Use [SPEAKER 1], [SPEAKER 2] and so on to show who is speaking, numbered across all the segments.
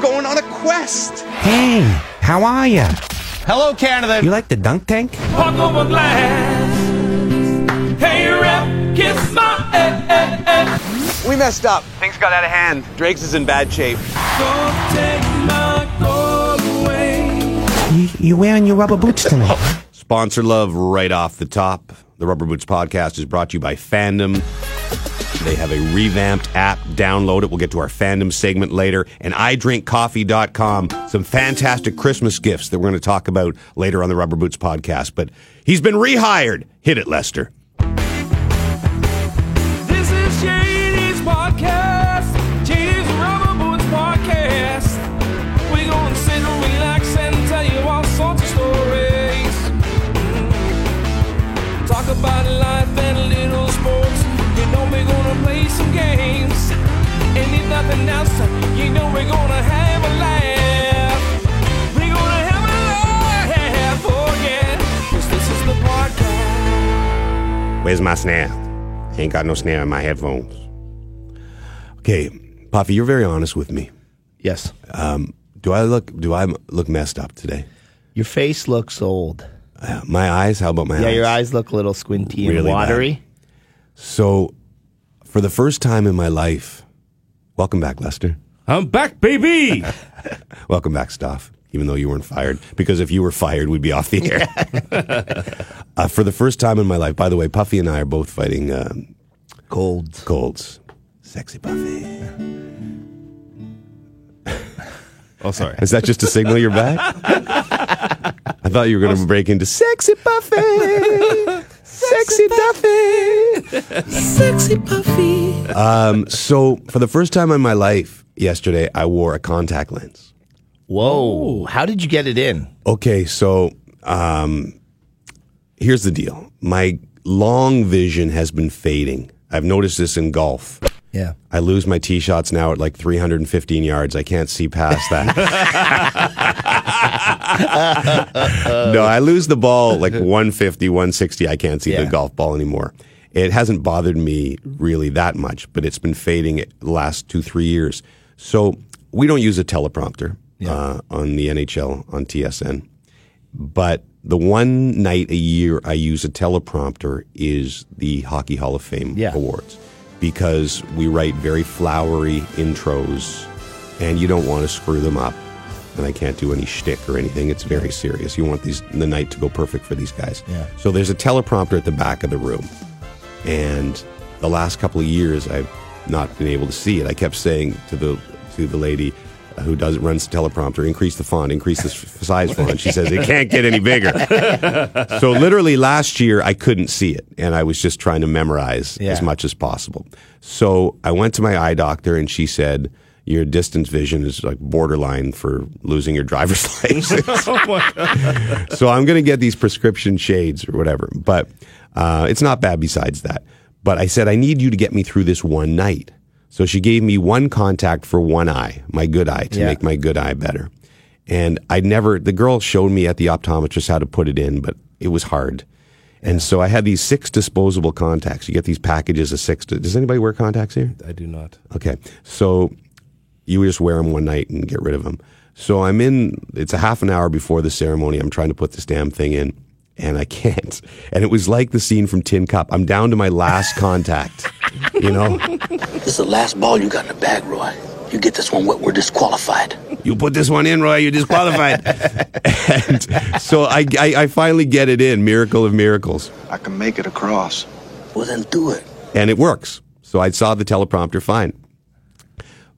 [SPEAKER 1] going on a quest.
[SPEAKER 2] Hey, how are you?
[SPEAKER 1] Hello, Canada.
[SPEAKER 2] You like the dunk tank?
[SPEAKER 3] Pop up a glass. Hey, rep, kiss my eh, eh, eh.
[SPEAKER 1] We messed up. Things got out of hand. Drake's is in bad shape.
[SPEAKER 3] Don't take my gold away.
[SPEAKER 2] You, you wearing your rubber boots tonight?
[SPEAKER 4] Sponsor love right off the top. The Rubber Boots Podcast is brought to you by Fandom. They have a revamped app. Download it. We'll get to our fandom segment later. And idrinkcoffee.com. Some fantastic Christmas gifts that we're going to talk about later on the Rubber Boots Podcast. But he's been rehired. Hit it, Lester.
[SPEAKER 3] This is JD's podcast. JD's Rubber Boots Podcast. We're going to sit and relax and tell you all sorts of stories. Mm. Talk about life and a little sports. You know we're going to play some games. And if nothing else, you know we're going to have a laugh. We're going to have a laugh, oh yeah. 'Cause this is the podcast.
[SPEAKER 4] Where's my snare? Ain't got no snare in my headphones. Okay, Puffy, you're very honest with me.
[SPEAKER 5] Yes.
[SPEAKER 4] Do I look? Do I look messed up today?
[SPEAKER 5] Your face looks old.
[SPEAKER 4] Uh, my eyes? How about my eyes?
[SPEAKER 5] Yeah, your eyes look a little squinty and
[SPEAKER 4] Really bad.
[SPEAKER 5] watery.
[SPEAKER 4] So, for the first time in my life, welcome back, Lester.
[SPEAKER 6] I'm back, baby.
[SPEAKER 4] Welcome back, Staff. Even though you weren't fired, because if you were fired, we'd be off the air. uh, for the first time in my life, by the way, Puffy and I are both fighting um,
[SPEAKER 5] Cold.
[SPEAKER 4] colds. Sexy Puffy.
[SPEAKER 6] oh, sorry.
[SPEAKER 4] Is that just to signal you're back? I thought you were going to break into sexy Puffy. Sexy Duffy.
[SPEAKER 7] Sexy Puffy.
[SPEAKER 4] Um, so, for the first time in my life yesterday, I wore a contact lens.
[SPEAKER 5] Whoa. How did you get it in?
[SPEAKER 4] Okay, so um, here's the deal. My long vision has been fading. I've noticed this in golf.
[SPEAKER 5] Yeah.
[SPEAKER 4] I lose my tee shots now at like 315 yards. I can't see past that. no, I lose the ball like 150, 160. I can't see the
[SPEAKER 5] Yeah.
[SPEAKER 4] golf ball anymore. It hasn't bothered me really that much, but it's been fading it the last two, three years. So we don't use a teleprompter uh, on the NHL, on TSN. But the one night a year I use a teleprompter is the Hockey Hall of Fame
[SPEAKER 5] Yeah.
[SPEAKER 4] Awards because we write very flowery intros and you don't want to screw them up. And I can't do any shtick or anything. It's very serious. You want these the night to go perfect for these guys.
[SPEAKER 5] Yeah.
[SPEAKER 4] So there's a teleprompter at the back of the room. And the last couple of years I've not been able to see it. I kept saying to the to the lady who does runs the teleprompter, increase the font, increase the s- size font. She says it can't get any bigger. so literally last year I couldn't see it, and I was just trying to memorize
[SPEAKER 5] Yeah.
[SPEAKER 4] as much as possible. So I went to my eye doctor, and she said your distance vision is like borderline for losing your driver's license. so I'm going to get these prescription shades or whatever, but uh, it's not bad. Besides that, but I said I need you to get me through this one night. So she gave me one contact for one eye, my good eye, to
[SPEAKER 5] Yeah.
[SPEAKER 4] make my good eye better. And I never, the girl showed me at the optometrist how to put it in, but it was hard. And so I had these six disposable contacts. You get these packages of six. Does anybody wear contacts here?
[SPEAKER 6] I do not.
[SPEAKER 4] Okay. So you just wear them one night and get rid of them. So I'm in, it's a half an hour before the ceremony. I'm trying to put this damn thing in and I can't. And it was like the scene from Tin Cup. I'm down to my last contact, you know?
[SPEAKER 8] This is the last ball you got in the bag, Roy. You get this one wet, we're disqualified.
[SPEAKER 4] you put this one in, Roy, you're disqualified. and so I, I, I finally get it in, miracle of miracles.
[SPEAKER 9] I can make it across.
[SPEAKER 8] Well, then do it.
[SPEAKER 4] and it works. So I saw the teleprompter fine.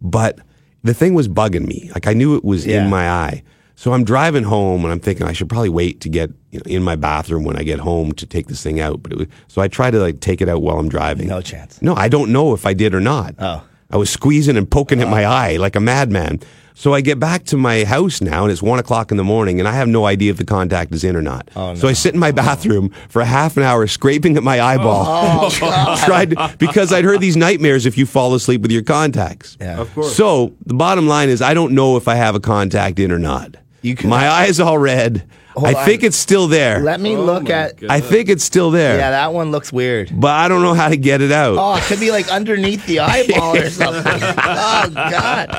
[SPEAKER 4] But the thing was bugging me. Like I knew it was
[SPEAKER 5] Yeah.
[SPEAKER 4] in my eye. So I'm driving home and I'm thinking I should probably wait to get you know, in my bathroom when I get home to take this thing out. But it was, so I try to like take it out while I'm driving.
[SPEAKER 5] No chance.
[SPEAKER 4] No, I don't know if I did or not.
[SPEAKER 5] Oh.
[SPEAKER 4] I was squeezing and poking at my eye like a madman. So I get back to my house now and it's one o'clock in the morning and I have no idea if the contact is in or not.
[SPEAKER 5] Oh,
[SPEAKER 4] So I sit in my bathroom for a half an hour scraping at my eyeball.
[SPEAKER 5] oh,
[SPEAKER 4] tried because I'd heard these nightmares if you fall asleep with your contacts.
[SPEAKER 5] Yeah. Of
[SPEAKER 4] course. So the bottom line is I don't know if I have a contact in or not.
[SPEAKER 5] You could-
[SPEAKER 4] my eyes all red.
[SPEAKER 5] Hold
[SPEAKER 4] I
[SPEAKER 5] on.
[SPEAKER 4] think it's still there.
[SPEAKER 5] Let me look at.
[SPEAKER 4] I think it's still there.
[SPEAKER 5] Yeah, that one looks weird.
[SPEAKER 4] but I don't know how to get it out.
[SPEAKER 5] Oh, it could be like underneath the eyeball or something. oh God.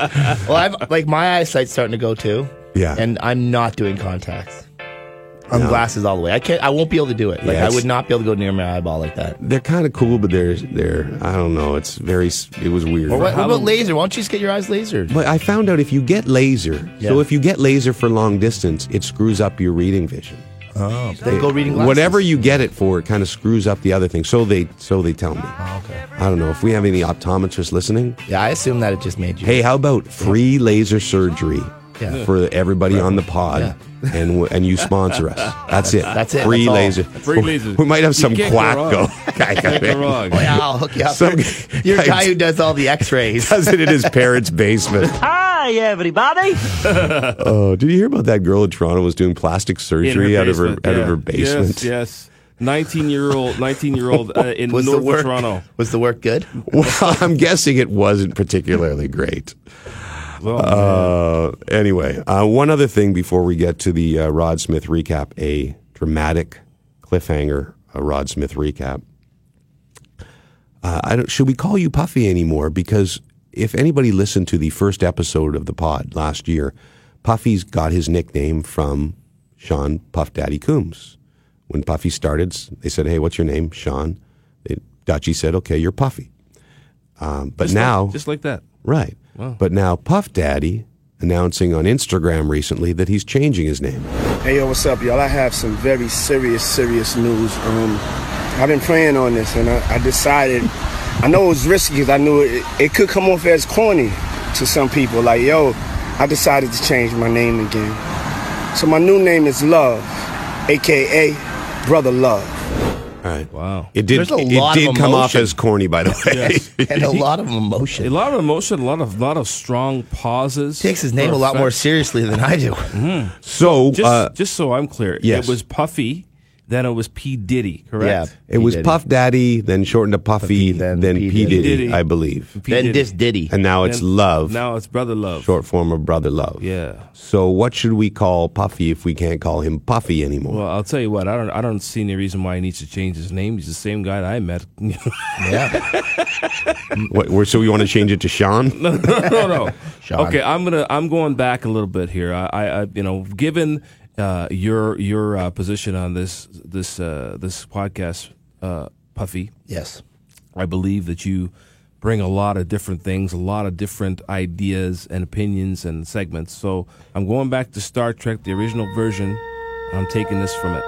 [SPEAKER 5] Well, I've like my eyesight's starting to go too.
[SPEAKER 4] Yeah.
[SPEAKER 5] And I'm not doing contacts. I'm glasses all the way. I can't. I won't be able to do it. Like
[SPEAKER 4] Yeah,
[SPEAKER 5] I
[SPEAKER 4] it's-
[SPEAKER 5] would not be able to go near my eyeball like that.
[SPEAKER 4] They're kind of cool, but they're they're I don't know. It's very s- it was weird.
[SPEAKER 5] What, what about
[SPEAKER 6] Halloween.
[SPEAKER 5] laser? Why don't you just get your eyes lasered?
[SPEAKER 4] But I found out if you get laser, so
[SPEAKER 5] Yeah.
[SPEAKER 4] if you get laser for long distance, it screws up your reading vision.
[SPEAKER 5] Then go reading glasses.
[SPEAKER 4] Whatever you get it for, it kind of screws up the other thing. So they so they tell me.
[SPEAKER 5] Oh,
[SPEAKER 4] okay. I don't know if we have any optometrists listening.
[SPEAKER 5] Yeah, I assume that it just made you.
[SPEAKER 4] Hey, how about free laser surgery
[SPEAKER 5] Yeah.
[SPEAKER 4] for everybody on the pod?
[SPEAKER 5] Yeah.
[SPEAKER 4] And w- and you sponsor us. That's it.
[SPEAKER 5] That's it.
[SPEAKER 4] Free
[SPEAKER 5] That's all.
[SPEAKER 4] laser.
[SPEAKER 6] Free laser.
[SPEAKER 4] We might have
[SPEAKER 6] You
[SPEAKER 4] some
[SPEAKER 6] can't go
[SPEAKER 4] quack
[SPEAKER 6] wrong.
[SPEAKER 4] go.
[SPEAKER 6] Take the rug.
[SPEAKER 5] Yeah, I'll hook you up.
[SPEAKER 4] Some-
[SPEAKER 5] You're a guy who does all the X-rays.
[SPEAKER 4] does it in his parents' basement.
[SPEAKER 9] Hi, everybody.
[SPEAKER 4] Oh, did you hear about that girl in Toronto was doing plastic
[SPEAKER 6] In her
[SPEAKER 4] surgery out of her
[SPEAKER 6] basement,
[SPEAKER 4] out of
[SPEAKER 6] yeah.
[SPEAKER 4] her basement?
[SPEAKER 6] Yes, yes. Nineteen-year-old, nineteen-year-old uh, in
[SPEAKER 5] Was the
[SPEAKER 6] north
[SPEAKER 5] work
[SPEAKER 6] of Toronto.
[SPEAKER 5] was the work good?
[SPEAKER 4] Well, I'm guessing it wasn't particularly great.
[SPEAKER 6] Well,
[SPEAKER 4] Uh, anyway, uh, one other thing before we get to the uh, Rod Smith recap, a dramatic cliffhanger, a Rod Smith recap. Uh, I don't, should we call you Puffy anymore? Because if anybody listened to the first episode of the pod last year, Puffy's got his nickname from Sean Puff Daddy Coombs. When Puffy started, s- they said, "Hey, what's your name, Sean?" They, Dutchy said, "Okay, you're Puffy." Um, but now,
[SPEAKER 6] just like that.
[SPEAKER 4] Right. But now Puff Daddy announcing on Instagram recently that he's changing his name.
[SPEAKER 10] Hey, yo, what's up, y'all? I have some very serious, serious news. Um, I've been praying on this, and I, I decided. I know it was risky because I knew it, it could come off as corny to some people. Like, yo, I decided to change my name again. So my new name is Love, aka Brother Love.
[SPEAKER 4] All right.
[SPEAKER 6] Wow.
[SPEAKER 4] It did.
[SPEAKER 5] There's a
[SPEAKER 4] it
[SPEAKER 5] lot of
[SPEAKER 4] did come off
[SPEAKER 5] emotion.
[SPEAKER 4] as corny, by the way.
[SPEAKER 5] And a lot of emotion.
[SPEAKER 6] A lot of emotion, a lot of lot of strong pauses.
[SPEAKER 5] takes his name
[SPEAKER 6] for
[SPEAKER 5] a lot more
[SPEAKER 6] effect.
[SPEAKER 5] seriously than I do.
[SPEAKER 4] so
[SPEAKER 6] Just,
[SPEAKER 4] uh,
[SPEAKER 6] just so I'm clear,
[SPEAKER 4] yes.
[SPEAKER 6] it was Puffy, then it was P Diddy, correct?
[SPEAKER 5] Yeah.
[SPEAKER 4] it was
[SPEAKER 5] P. Diddy.
[SPEAKER 4] Puff Daddy, then shortened to Puffy, then,
[SPEAKER 5] then
[SPEAKER 4] P,
[SPEAKER 5] P.
[SPEAKER 4] Diddy,
[SPEAKER 6] Diddy.
[SPEAKER 4] I believe,
[SPEAKER 6] P.
[SPEAKER 5] Then
[SPEAKER 6] Diddy.
[SPEAKER 5] this Diddy.
[SPEAKER 4] and now it's
[SPEAKER 6] Then-
[SPEAKER 4] Love,
[SPEAKER 6] Now it's Brother Love.
[SPEAKER 4] short form of Brother Love.
[SPEAKER 6] Yeah.
[SPEAKER 4] So what should we call Puffy if we can't call him Puffy anymore?
[SPEAKER 6] Well, I'll tell you what. I don't. I don't see any reason why he needs to change his name. He's the same guy that I met. no,
[SPEAKER 5] Yeah.
[SPEAKER 4] What- we're- so you want to change it to Sean?
[SPEAKER 6] no, no.
[SPEAKER 5] Sean.
[SPEAKER 6] Okay, I'm gonna. I'm going back a little bit here. I, I, I you know, given uh, your your uh, position on this this uh, this podcast, uh, Puffy,
[SPEAKER 5] yes.
[SPEAKER 6] I believe that you bring a lot of different things, a lot of different ideas and opinions and segments. So I'm going back to Star Trek, the original version, and I'm taking this from it.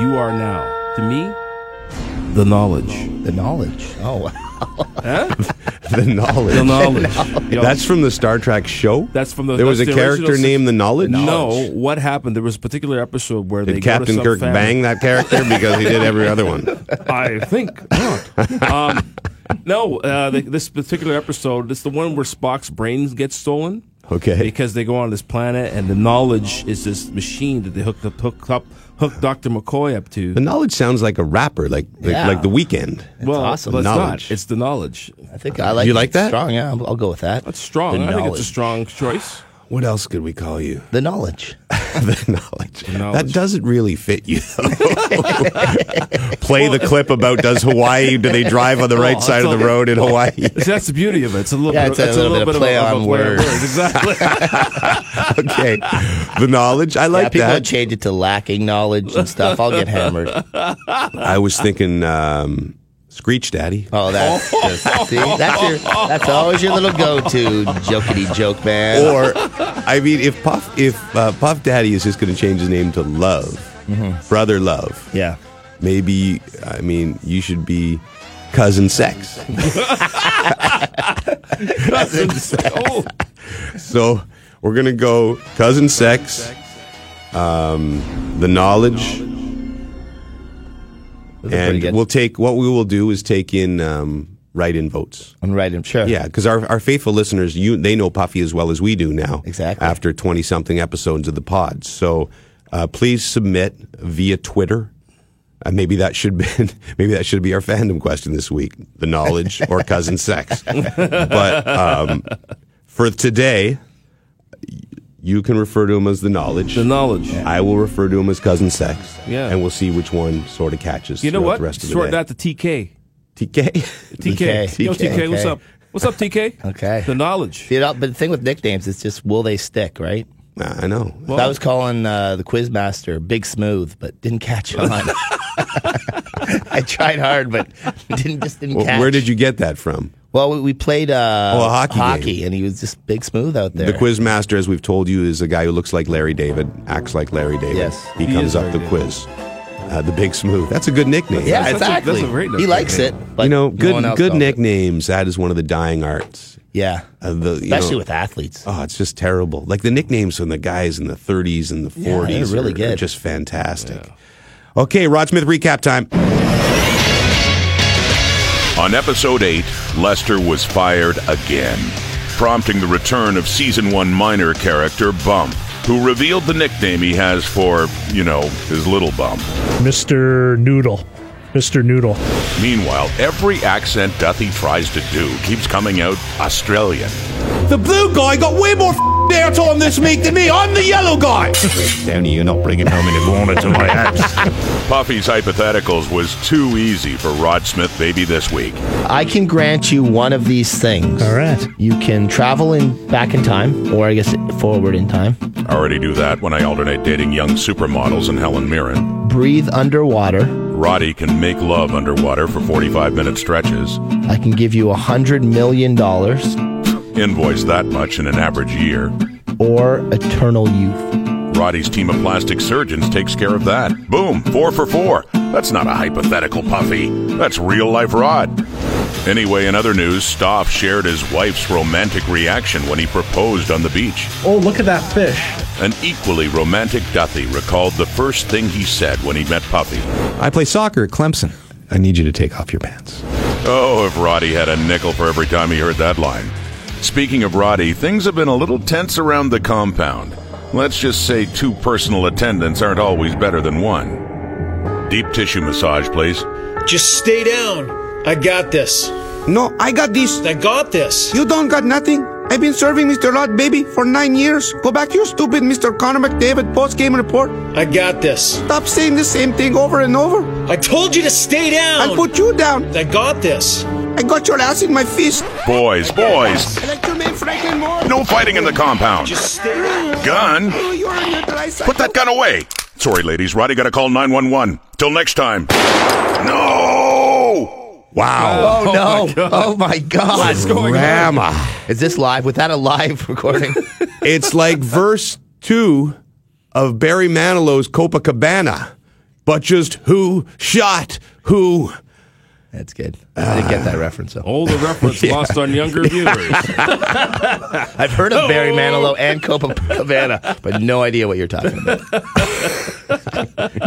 [SPEAKER 6] You are now, to me, the knowledge.
[SPEAKER 5] The knowledge. Oh, wow.
[SPEAKER 4] the knowledge.
[SPEAKER 6] The knowledge. Yo,
[SPEAKER 4] That's from the Star Trek show.
[SPEAKER 6] That's from the-
[SPEAKER 4] There was a
[SPEAKER 6] that's the original
[SPEAKER 4] character
[SPEAKER 6] se-
[SPEAKER 4] named the Knowledge.
[SPEAKER 6] no. What happened? There was a particular episode where they
[SPEAKER 4] Did
[SPEAKER 6] go to
[SPEAKER 4] Captain
[SPEAKER 6] some
[SPEAKER 4] Kirk
[SPEAKER 6] family-
[SPEAKER 4] bang that character because he did every other one?
[SPEAKER 6] I think not. Um, no, uh, the, this particular episode, it's the one where Spock's brains get stolen.
[SPEAKER 4] Okay.
[SPEAKER 6] Because they go on this planet, and the knowledge is this machine that they hooked up, hooked up, hooked Doctor McCoy up to.
[SPEAKER 4] The knowledge sounds like a rapper, like like,
[SPEAKER 5] Yeah.
[SPEAKER 4] like the weekend.
[SPEAKER 6] well,
[SPEAKER 5] awesome.
[SPEAKER 6] but it's not.
[SPEAKER 4] Knowledge.
[SPEAKER 6] It's the knowledge.
[SPEAKER 5] I think I like
[SPEAKER 4] You like that?
[SPEAKER 5] Strong, yeah. I'll, I'll go with that.
[SPEAKER 6] That's strong.
[SPEAKER 5] The
[SPEAKER 6] I think it's a
[SPEAKER 5] knowledge.
[SPEAKER 6] strong choice.
[SPEAKER 4] What else could we call you?
[SPEAKER 5] The knowledge.
[SPEAKER 4] the knowledge. That
[SPEAKER 6] knowledge.
[SPEAKER 4] doesn't really fit you. though. Play the clip about does Hawaii? Do they drive on the right
[SPEAKER 6] Oh,
[SPEAKER 4] side of
[SPEAKER 6] it's
[SPEAKER 4] the
[SPEAKER 6] all-
[SPEAKER 4] road in Hawaii?
[SPEAKER 6] See, that's the beauty of it. It's a little.
[SPEAKER 5] Yeah,
[SPEAKER 6] bit,
[SPEAKER 5] it's a little bit of
[SPEAKER 6] of
[SPEAKER 5] play
[SPEAKER 6] a,
[SPEAKER 5] on
[SPEAKER 6] a play
[SPEAKER 5] words.
[SPEAKER 6] Exactly.
[SPEAKER 4] okay, the knowledge. I
[SPEAKER 5] Yeah,
[SPEAKER 4] like
[SPEAKER 5] people
[SPEAKER 4] that.
[SPEAKER 5] would change it to lacking knowledge and stuff. I'll get hammered.
[SPEAKER 4] I was thinking um, Screech Daddy.
[SPEAKER 6] Uh.
[SPEAKER 5] Oh, that's just, see, that's your that's always your little go-to jokety joke, man.
[SPEAKER 4] or I mean, if Puff if uh, Puff Daddy is just going to change his name to Love,
[SPEAKER 6] Mm-hmm.
[SPEAKER 4] Brother Love,
[SPEAKER 5] yeah,
[SPEAKER 4] maybe I mean you should be cousin Sex.
[SPEAKER 6] oh,
[SPEAKER 4] So we're gonna go cousin Sex, um, the knowledge,
[SPEAKER 5] Those are pretty
[SPEAKER 4] and
[SPEAKER 5] good.
[SPEAKER 4] we'll take what we will do is take in um, write-in votes.
[SPEAKER 5] I'm right. I'm sure.
[SPEAKER 4] Yeah, because our, our faithful listeners, you they know Puffy as well as we do now.
[SPEAKER 5] Exactly.
[SPEAKER 4] After twenty something episodes of the pod, so uh, please submit via Twitter. Uh, maybe that should be maybe that should be our fandom question this week: the knowledge or cousin sex. but um, for today, You can refer to him as the knowledge.
[SPEAKER 6] The knowledge.
[SPEAKER 4] I will refer to him as cousin sex.
[SPEAKER 6] Yeah.
[SPEAKER 4] And we'll see which one sort of catches.
[SPEAKER 6] You know
[SPEAKER 4] throughout
[SPEAKER 6] what?
[SPEAKER 4] The rest of
[SPEAKER 6] Short
[SPEAKER 4] the
[SPEAKER 6] that to TK.
[SPEAKER 4] day. TK.
[SPEAKER 6] TK.
[SPEAKER 5] TK.
[SPEAKER 6] Yo, TK, what's
[SPEAKER 5] Okay.
[SPEAKER 6] up? What's up, TK?
[SPEAKER 5] Okay.
[SPEAKER 6] The knowledge.
[SPEAKER 5] You know, but the thing with nicknames is just will they stick, right?
[SPEAKER 4] I know.
[SPEAKER 5] So I was calling uh, the quizmaster Big Smooth, but didn't catch on. I tried hard, but didn't just didn't
[SPEAKER 4] Well,
[SPEAKER 5] catch.
[SPEAKER 4] where did you get that from?
[SPEAKER 5] Well, we, we played uh,
[SPEAKER 4] Oh, a hockey game.
[SPEAKER 5] and he was just Big Smooth out there.
[SPEAKER 4] The quiz master, as we've told you, is a guy who looks like Larry David, acts like Larry David.
[SPEAKER 5] Yes.
[SPEAKER 4] He,
[SPEAKER 6] He
[SPEAKER 4] comes
[SPEAKER 6] is
[SPEAKER 4] up
[SPEAKER 6] Larry
[SPEAKER 4] the
[SPEAKER 6] David.
[SPEAKER 4] quiz. Uh, the Big Smooth. That's a good nickname.
[SPEAKER 5] Yeah,
[SPEAKER 6] That's a-
[SPEAKER 5] exactly.
[SPEAKER 6] that's a great
[SPEAKER 5] he
[SPEAKER 6] nickname.
[SPEAKER 5] likes it. But
[SPEAKER 4] you know,
[SPEAKER 5] no
[SPEAKER 4] good
[SPEAKER 5] one else
[SPEAKER 4] good
[SPEAKER 5] calls it.
[SPEAKER 4] nicknames. That is one of the dying arts.
[SPEAKER 5] Yeah,
[SPEAKER 4] Uh, the, you
[SPEAKER 5] especially
[SPEAKER 4] know-
[SPEAKER 5] with athletes.
[SPEAKER 4] Oh, it's just terrible. Like the nicknames from the guys in the 30s and the 40s
[SPEAKER 5] they're really
[SPEAKER 4] are, are
[SPEAKER 5] good.
[SPEAKER 4] just fantastic. Okay, Rod Smith recap time.
[SPEAKER 9] On episode 8, Lester was fired again, prompting the return of season 1 minor character Bump, who revealed the nickname he has for, you know, his little bump.
[SPEAKER 11] Mr. Noodle. Mr. Noodle.
[SPEAKER 9] Meanwhile, every accent Duthie tries to do keeps coming out Australian.
[SPEAKER 1] The blue guy got way more airtime this week than me. I'm the yellow guy.
[SPEAKER 11] Downey, you're not bringing home any water to my house.
[SPEAKER 9] Puffy's hypotheticals was too easy for Rod Smith Baby this week.
[SPEAKER 5] I can grant you one of these things.
[SPEAKER 11] All right.
[SPEAKER 5] You can travel in back in time, or I guess forward in time.
[SPEAKER 9] I already do that when I alternate dating young supermodels and Helen Mirren.
[SPEAKER 5] Breathe underwater.
[SPEAKER 9] Roddy can make love underwater for 45 minute stretches,
[SPEAKER 5] I can give you a hundred million dollars
[SPEAKER 9] invoice that much in an average year.
[SPEAKER 5] or eternal youth.
[SPEAKER 9] Roddy's team of plastic surgeons takes care of that. Boom, four for four. That's not a hypothetical puffy. That's real life Rod. Anyway, in other news, Stoff shared his wife's romantic reaction when he proposed on the beach.
[SPEAKER 11] Oh, look at that fish.
[SPEAKER 9] An equally romantic Duthie recalled the first thing he said when he met Puffy.
[SPEAKER 4] I play soccer at Clemson. I need you to take off your pants.
[SPEAKER 9] Oh, if Roddy had a nickel for every time he heard that line. Speaking of Roddy, things have been a little tense around the compound. Let's just say two personal attendants aren't always better than one. Deep tissue massage, please.
[SPEAKER 11] Just stay down. I got this.
[SPEAKER 2] No, I got this.
[SPEAKER 11] I got this.
[SPEAKER 2] You don't got nothing. I've been serving Mr. Rod Baby for nine years. Go back to your stupid Mr. Connor McDavid post-game report.
[SPEAKER 11] I got this.
[SPEAKER 2] Stop saying the same thing over and over.
[SPEAKER 11] I told you to stay down.
[SPEAKER 2] I'll put you down.
[SPEAKER 11] I got this.
[SPEAKER 2] I got your ass in my fist.
[SPEAKER 9] Boys, boys!
[SPEAKER 2] Electroman Franklin Moore.
[SPEAKER 9] No fighting in the compound! Gun?
[SPEAKER 2] Oh, you're on your dry side.
[SPEAKER 9] Put that gun away! Sorry, ladies, Roddy gotta call 911. Till next time. No!
[SPEAKER 4] Wow.
[SPEAKER 5] Oh, no! oh my God!
[SPEAKER 4] Rama.
[SPEAKER 5] Is this live? Was that a live recording?
[SPEAKER 4] it's like verse two of Barry Manilow's Copacabana, but just who shot who.
[SPEAKER 5] That's good. I didn't get that reference.
[SPEAKER 4] Oh.
[SPEAKER 5] Though.
[SPEAKER 6] Older reference lost on younger viewers.
[SPEAKER 5] I've heard of Barry
[SPEAKER 4] Oh.
[SPEAKER 5] Manilow and Copacabana, but no idea what you're talking about.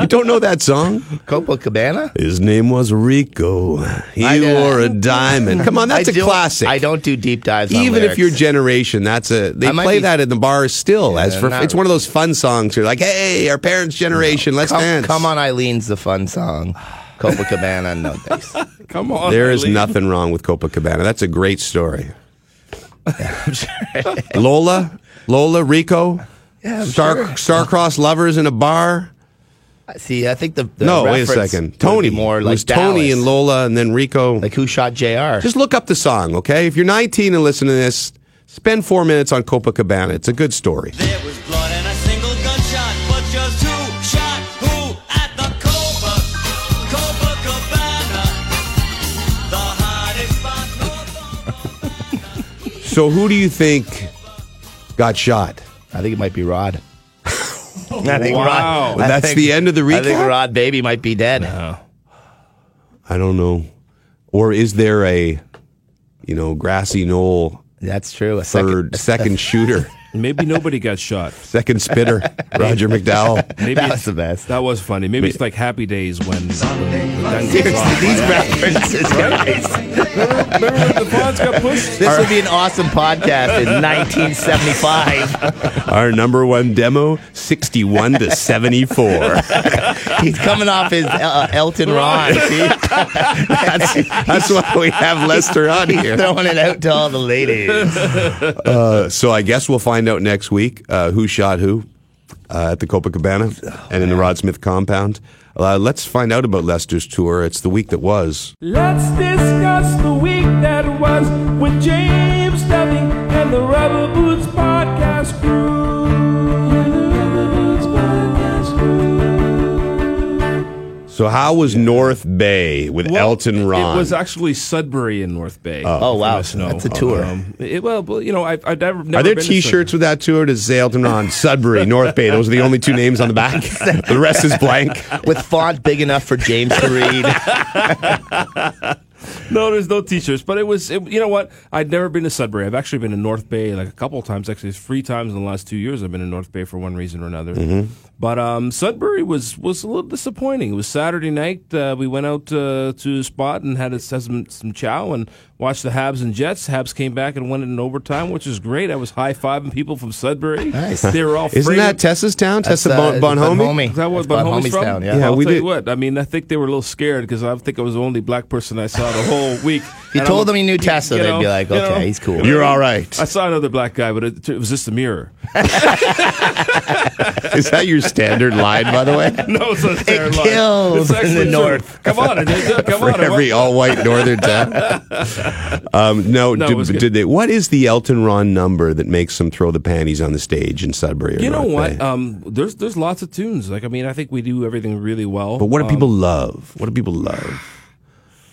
[SPEAKER 4] You don't know that song?
[SPEAKER 5] Copacabana?
[SPEAKER 4] His name was Rico. He
[SPEAKER 5] I know.
[SPEAKER 4] wore a diamond. Come on, that's
[SPEAKER 5] I
[SPEAKER 4] a
[SPEAKER 5] do-
[SPEAKER 4] classic.
[SPEAKER 5] I don't do deep dives. on
[SPEAKER 4] Even if
[SPEAKER 5] lyrics.
[SPEAKER 4] your generation, that's a they
[SPEAKER 5] I might
[SPEAKER 4] play
[SPEAKER 5] be-
[SPEAKER 4] that in the bars still. as for
[SPEAKER 5] not-
[SPEAKER 4] it's one of those fun songs. You're like, hey, our parents' generation, let's
[SPEAKER 5] come,
[SPEAKER 4] dance.
[SPEAKER 5] come on, Eileen's the fun song. Copacabana, no thanks.
[SPEAKER 6] Come on.
[SPEAKER 4] There is
[SPEAKER 6] Eileen.
[SPEAKER 4] nothing wrong with Copacabana. That's a great story. Lola, Lola, Rico,
[SPEAKER 5] Yeah, I'm
[SPEAKER 4] star
[SPEAKER 5] sure.
[SPEAKER 4] star-crossed lovers in a bar.
[SPEAKER 5] See, I think the, the
[SPEAKER 4] no, wait a
[SPEAKER 5] reference would be
[SPEAKER 4] second. Tony,
[SPEAKER 5] more
[SPEAKER 4] It
[SPEAKER 5] like
[SPEAKER 4] was Tony
[SPEAKER 5] Dallas.
[SPEAKER 4] and Lola, and then Rico.
[SPEAKER 5] like who shot Jr.
[SPEAKER 4] Just look up the song, okay? If you're 19 and listen to this, spend four minutes on Copacabana. It's a good story.
[SPEAKER 3] There was blood and a single gunshot, but just who shot who at the Copa, Copa Cabana, the hottest spot north of
[SPEAKER 4] So, who do you think got shot?
[SPEAKER 5] I think it might be Rod. I think
[SPEAKER 6] Wow.
[SPEAKER 5] I
[SPEAKER 4] That's the end of the
[SPEAKER 5] I think
[SPEAKER 4] recap?
[SPEAKER 5] Rod Baby might be dead.
[SPEAKER 4] I don't know. Or is there a, you know, grassy knoll
[SPEAKER 5] That's true. A
[SPEAKER 4] third, second shooter,
[SPEAKER 6] Maybe nobody got shot.
[SPEAKER 4] second spitter, Roger McDowell?
[SPEAKER 6] Maybe
[SPEAKER 5] That
[SPEAKER 6] it's-
[SPEAKER 5] was the best.
[SPEAKER 6] That was funny. Maybe it's like Happy Days when the gun
[SPEAKER 5] Seriously,
[SPEAKER 6] gets off.
[SPEAKER 5] these references, guys.
[SPEAKER 6] Remember when the bonds got pushed?
[SPEAKER 5] This would be an awesome podcast in 1975.
[SPEAKER 4] Our number one demo, 61 to 74.
[SPEAKER 5] He's coming off his uh, Elton Ron. See?
[SPEAKER 4] That's why we have Lester on here.
[SPEAKER 5] Throwing it out to all the ladies.
[SPEAKER 4] So I guess we'll find find out next week uh, who shot who uh, at the Copacabana and
[SPEAKER 6] Oh,
[SPEAKER 4] in the Rod Smith compound. Uh, let's find out about Lester's tour. It's the week that was.
[SPEAKER 3] Let's discuss the week that was with James Duffy and the Rubber Boots Podcast Crew.
[SPEAKER 4] So, how was North Bay with Elton Ron?
[SPEAKER 6] It was actually Sudbury in North Bay.
[SPEAKER 4] Oh. Oh, wow.
[SPEAKER 6] From the snow.
[SPEAKER 4] That's a tour.
[SPEAKER 5] Um,
[SPEAKER 6] it, well, but, you know, I've, I've never, never
[SPEAKER 4] Are there
[SPEAKER 6] been to
[SPEAKER 4] T-shirts with that tour? Does say Elton Ron, Sudbury, North Bay? Those are the only two names on the back. the rest is blank.
[SPEAKER 5] With font big enough for James to read.
[SPEAKER 6] Sudbury. No, there's no T-shirts, but it was. It, you know what? I'd never been to Sudbury. I've actually been to North Bay like a couple of times. Actually, it's three times in the last two years. I've been in North Bay for one reason or another.
[SPEAKER 4] Mhm.
[SPEAKER 6] But um, Sudbury was was a little disappointing. It was Saturday night. Uh, we went out uh, to a spot and had, a, had some some chow and watched the Habs and Jets. Habs came back and won it in overtime, which is great. I was high fiving people from Sudbury. Nice. They were all
[SPEAKER 4] Isn't
[SPEAKER 6] framing-
[SPEAKER 4] that Tessa's town? Tessa bon, Bonhomie.
[SPEAKER 6] Is that what Bonhomie's from?
[SPEAKER 4] Yeah,
[SPEAKER 6] Well, I'll
[SPEAKER 4] we
[SPEAKER 6] tell
[SPEAKER 4] did.
[SPEAKER 6] you what. I mean, I think they were a little scared because I think I was the only black person I saw the whole week.
[SPEAKER 5] You
[SPEAKER 6] And
[SPEAKER 5] told
[SPEAKER 6] I'm-
[SPEAKER 5] them you knew Tessa,
[SPEAKER 6] you
[SPEAKER 5] they'd
[SPEAKER 6] know,
[SPEAKER 5] be like,
[SPEAKER 6] you
[SPEAKER 5] okay,
[SPEAKER 6] know.
[SPEAKER 5] he's cool.
[SPEAKER 4] You're all right.
[SPEAKER 6] I saw another black guy, but it, it was just a mirror.
[SPEAKER 4] Is that your standard line, by the way?
[SPEAKER 6] No, it's not
[SPEAKER 5] It kills
[SPEAKER 6] it's actually
[SPEAKER 5] in the
[SPEAKER 6] true.
[SPEAKER 5] north.
[SPEAKER 6] Come on, it is- come
[SPEAKER 4] For
[SPEAKER 6] on. it
[SPEAKER 4] every
[SPEAKER 6] works.
[SPEAKER 4] all-white northern town. Um, no,
[SPEAKER 6] No, it was
[SPEAKER 4] did,
[SPEAKER 6] good.
[SPEAKER 4] did they? What is the Elton Ron number that makes them throw the panties on the stage in Sudbury? Or
[SPEAKER 6] You know
[SPEAKER 4] North Bay?
[SPEAKER 6] what? Um, there's there's lots of tunes. Like I mean, I think we do everything really well.
[SPEAKER 4] But what do
[SPEAKER 6] Um,
[SPEAKER 4] people love? What do people love?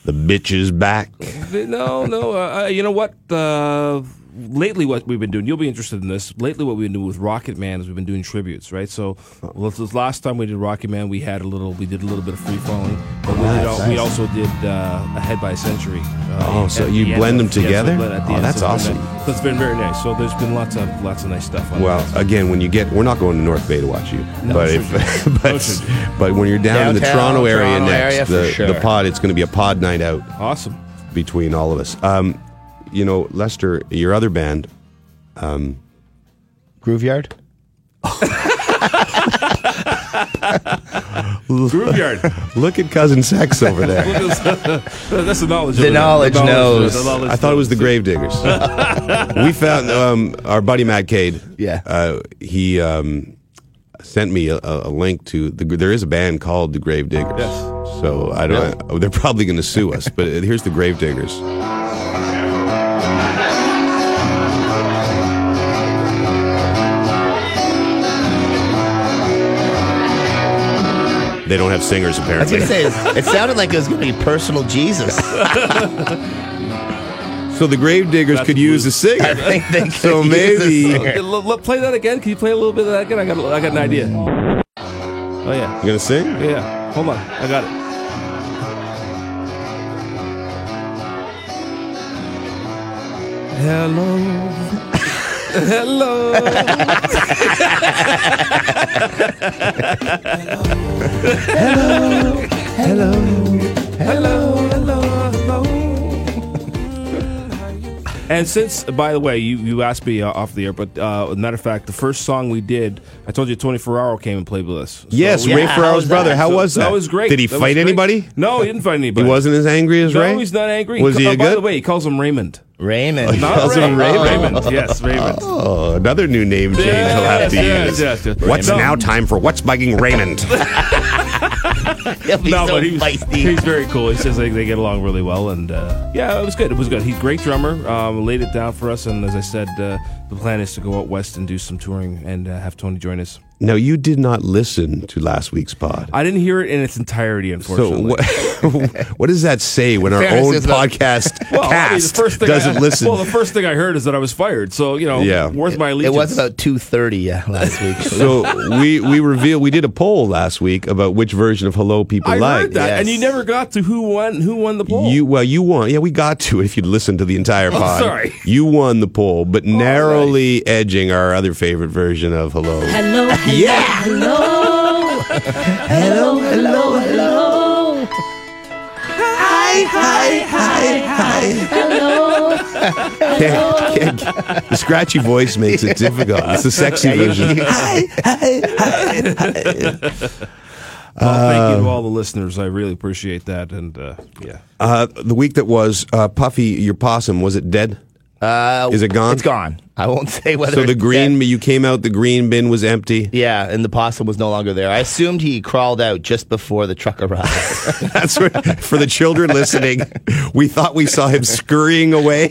[SPEAKER 4] The bitch is back.
[SPEAKER 6] Th- no, no. Uh, uh, you know what? Uh, lately, what we've been doing, you'll be interested in this. Lately, what we've been doing with Rocket Man is we've been doing tributes, right? So, well, this last time we did Rocket Man, we had a little, we did a little bit of free falling, but we,
[SPEAKER 4] Ah,
[SPEAKER 6] did al-
[SPEAKER 4] nice.
[SPEAKER 6] we also did uh, Ahead by a Century. Uh,
[SPEAKER 4] Oh,
[SPEAKER 6] at
[SPEAKER 4] so
[SPEAKER 6] the
[SPEAKER 4] you
[SPEAKER 6] end
[SPEAKER 4] blend
[SPEAKER 6] of-
[SPEAKER 4] them together?
[SPEAKER 6] Yeah, so blend at the
[SPEAKER 4] Oh,
[SPEAKER 6] end.
[SPEAKER 4] that's
[SPEAKER 6] So it's been
[SPEAKER 4] awesome.
[SPEAKER 6] nice. So it's been very nice. So there's been lots of lots of nice stuff. On
[SPEAKER 4] Well,
[SPEAKER 6] that.
[SPEAKER 4] again, when you get, we're not going to North Bay to watch you, but if, but, but when you're down in the
[SPEAKER 5] Downtown,
[SPEAKER 4] Toronto area
[SPEAKER 5] Toronto
[SPEAKER 4] next,
[SPEAKER 5] area, for
[SPEAKER 4] the,
[SPEAKER 5] sure.
[SPEAKER 4] the pod, it's going to be a pod night out
[SPEAKER 6] awesome.
[SPEAKER 4] between all of us. Um, you know, Lester, your other band, um,
[SPEAKER 5] Grooveyard.
[SPEAKER 4] Grooveyard. Look at cousin Sex over there.
[SPEAKER 6] that's the knowledge.
[SPEAKER 4] The
[SPEAKER 6] over there.
[SPEAKER 4] knowledge
[SPEAKER 5] knows.
[SPEAKER 6] the knowledge
[SPEAKER 4] I thought it was the Gravediggers. we found um, our buddy Matt Cade.
[SPEAKER 5] Yeah.
[SPEAKER 4] Uh, he um, sent me a, a a link to the. There is a band called the Gravediggers. Yes. So I don't. oh, they're probably going to sue us. But uh, here's the Gravediggers. They don't have singers
[SPEAKER 5] I was
[SPEAKER 4] apparently.
[SPEAKER 5] going to say, it sounded like it was going to be personal Jesus.
[SPEAKER 4] so the Gravediggers could use a singer.
[SPEAKER 5] I think they could
[SPEAKER 4] so
[SPEAKER 5] use a
[SPEAKER 4] maybe
[SPEAKER 5] singer.
[SPEAKER 6] L- l- l- play that again. Can you play a little bit of that again? I got I got an idea. Oh yeah,
[SPEAKER 4] You gonna sing?
[SPEAKER 6] yeah. Hold on, I got it. Hello. Hello. hello. Hello. Hello. Hello. And since, by the way, you, you asked me uh, off the air, but uh, as a matter of fact, the first song we did, I told you Tony Ferraro came and played with us. So-
[SPEAKER 4] Yes, Ray
[SPEAKER 5] Yeah, how
[SPEAKER 4] Ferraro's
[SPEAKER 5] was
[SPEAKER 4] brother.
[SPEAKER 5] that?
[SPEAKER 4] How was that?
[SPEAKER 6] That was great.
[SPEAKER 4] Did he
[SPEAKER 6] That was
[SPEAKER 4] fight
[SPEAKER 6] great.
[SPEAKER 4] anybody?
[SPEAKER 6] No, he didn't fight anybody.
[SPEAKER 4] He wasn't as angry as
[SPEAKER 6] No,
[SPEAKER 4] Ray.
[SPEAKER 6] he's not angry.
[SPEAKER 4] Was he
[SPEAKER 6] oh,
[SPEAKER 4] a
[SPEAKER 6] By
[SPEAKER 4] good? Oh,
[SPEAKER 6] the way, he calls him Raymond.
[SPEAKER 5] Raymond. Oh,
[SPEAKER 6] Not
[SPEAKER 4] calls him
[SPEAKER 6] Ray-
[SPEAKER 4] Raymond.
[SPEAKER 6] Raymond. Yes, Raymond.
[SPEAKER 4] Oh, another new name change he'll have
[SPEAKER 6] Yes,
[SPEAKER 4] to
[SPEAKER 6] yes,
[SPEAKER 4] use.
[SPEAKER 6] yes, yes.
[SPEAKER 4] What's
[SPEAKER 6] Raymond.
[SPEAKER 4] now time for what's bugging Raymond?
[SPEAKER 5] He'll be
[SPEAKER 6] No,
[SPEAKER 5] so
[SPEAKER 6] but he's,
[SPEAKER 5] feisty.
[SPEAKER 6] he's very cool. He says they, they get along really well, and uh, yeah, it was good. It was good. He's a great drummer. Um, laid it down for us, and as I said, uh, the plan is to go out west and do some touring and uh, have Tony join us.
[SPEAKER 4] now you did not listen to last week's pod.
[SPEAKER 6] I didn't hear it in its entirety,
[SPEAKER 4] So
[SPEAKER 6] unfortunately.
[SPEAKER 4] what, what does that say when our
[SPEAKER 5] Fairness
[SPEAKER 4] own
[SPEAKER 5] is not-
[SPEAKER 4] podcast
[SPEAKER 6] Well, I mean, the
[SPEAKER 4] cast
[SPEAKER 6] first thing
[SPEAKER 4] doesn't
[SPEAKER 6] I,
[SPEAKER 4] listen?
[SPEAKER 6] Well, the first thing I heard is that I was fired. So you know,
[SPEAKER 4] Yeah.
[SPEAKER 6] worth my
[SPEAKER 5] it
[SPEAKER 6] allegiance.
[SPEAKER 5] was about 2.30 yeah, last week.
[SPEAKER 4] so we we revealed we did a poll last week about which version of Hello people
[SPEAKER 6] I
[SPEAKER 4] like.
[SPEAKER 6] heard that, and you
[SPEAKER 5] Yes.
[SPEAKER 6] never got to who won. Who won the poll? Oh,
[SPEAKER 4] You well, you won. Yeah, we got to it if you'd listened to the entire pod.
[SPEAKER 6] sorry.
[SPEAKER 4] you won the poll, but narrowly edging our other favorite version of "Hello."
[SPEAKER 7] Hello, hello,
[SPEAKER 4] Yeah.
[SPEAKER 7] hello. hello, hello, hello. Hi, hi, hi, hi. Hello.
[SPEAKER 4] Can't- can't- the scratchy voice makes it difficult. It's the sexy version.
[SPEAKER 6] Well, Oh, thank you to all the listeners. I really appreciate that, and uh, yeah.
[SPEAKER 4] Uh, the week that was uh, Puffy, your possum, was it dead?
[SPEAKER 5] Uh, Uh,
[SPEAKER 4] Is it gone?
[SPEAKER 5] It's gone. I won't say whether.
[SPEAKER 4] So the
[SPEAKER 5] it's
[SPEAKER 4] green, you came out, the green bin was empty.
[SPEAKER 5] Yeah, and the possum was no longer there. I assumed he crawled out just before the truck arrived.
[SPEAKER 4] That's what, for the children listening. We thought we saw him scurrying away.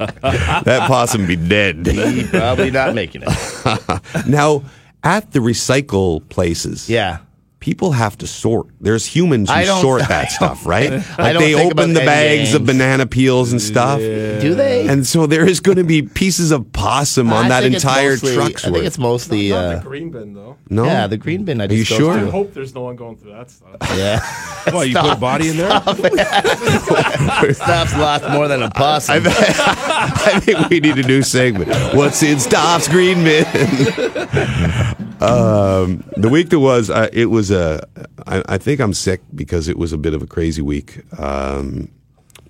[SPEAKER 4] that possum be dead.
[SPEAKER 5] He probably not making it.
[SPEAKER 4] now, at the recycle places, yeah, people have to sort. There's humans
[SPEAKER 5] I
[SPEAKER 4] who
[SPEAKER 5] don't-
[SPEAKER 4] sort
[SPEAKER 5] I
[SPEAKER 4] that stuff, right?
[SPEAKER 5] don't-
[SPEAKER 4] Like
[SPEAKER 5] I don't
[SPEAKER 4] they
[SPEAKER 5] think
[SPEAKER 4] open the
[SPEAKER 5] about end
[SPEAKER 4] bags of
[SPEAKER 5] games.
[SPEAKER 4] banana peels and stuff.
[SPEAKER 5] Do they?
[SPEAKER 4] And so there is going to be pieces of possum on
[SPEAKER 5] I
[SPEAKER 4] that
[SPEAKER 5] think it's
[SPEAKER 4] entire
[SPEAKER 5] mostly-
[SPEAKER 4] truck's
[SPEAKER 5] I think
[SPEAKER 4] worth.
[SPEAKER 5] it's mostly.
[SPEAKER 12] Not
[SPEAKER 5] uh,
[SPEAKER 12] the green bin though.
[SPEAKER 4] No?
[SPEAKER 5] Yeah, the green bin. I
[SPEAKER 4] Are you
[SPEAKER 5] just goes
[SPEAKER 4] sure?
[SPEAKER 12] I
[SPEAKER 5] through.
[SPEAKER 12] hope there's no one going through that stuff.
[SPEAKER 5] Yeah.
[SPEAKER 12] Well, you put a body in there?
[SPEAKER 5] Stops lost more than a possum.
[SPEAKER 4] I, th- I think we need a new segment. What's in Stops Green Bin? um, the week that was, uh, it was a. I, I think I'm sick because it was a bit of a crazy week, um,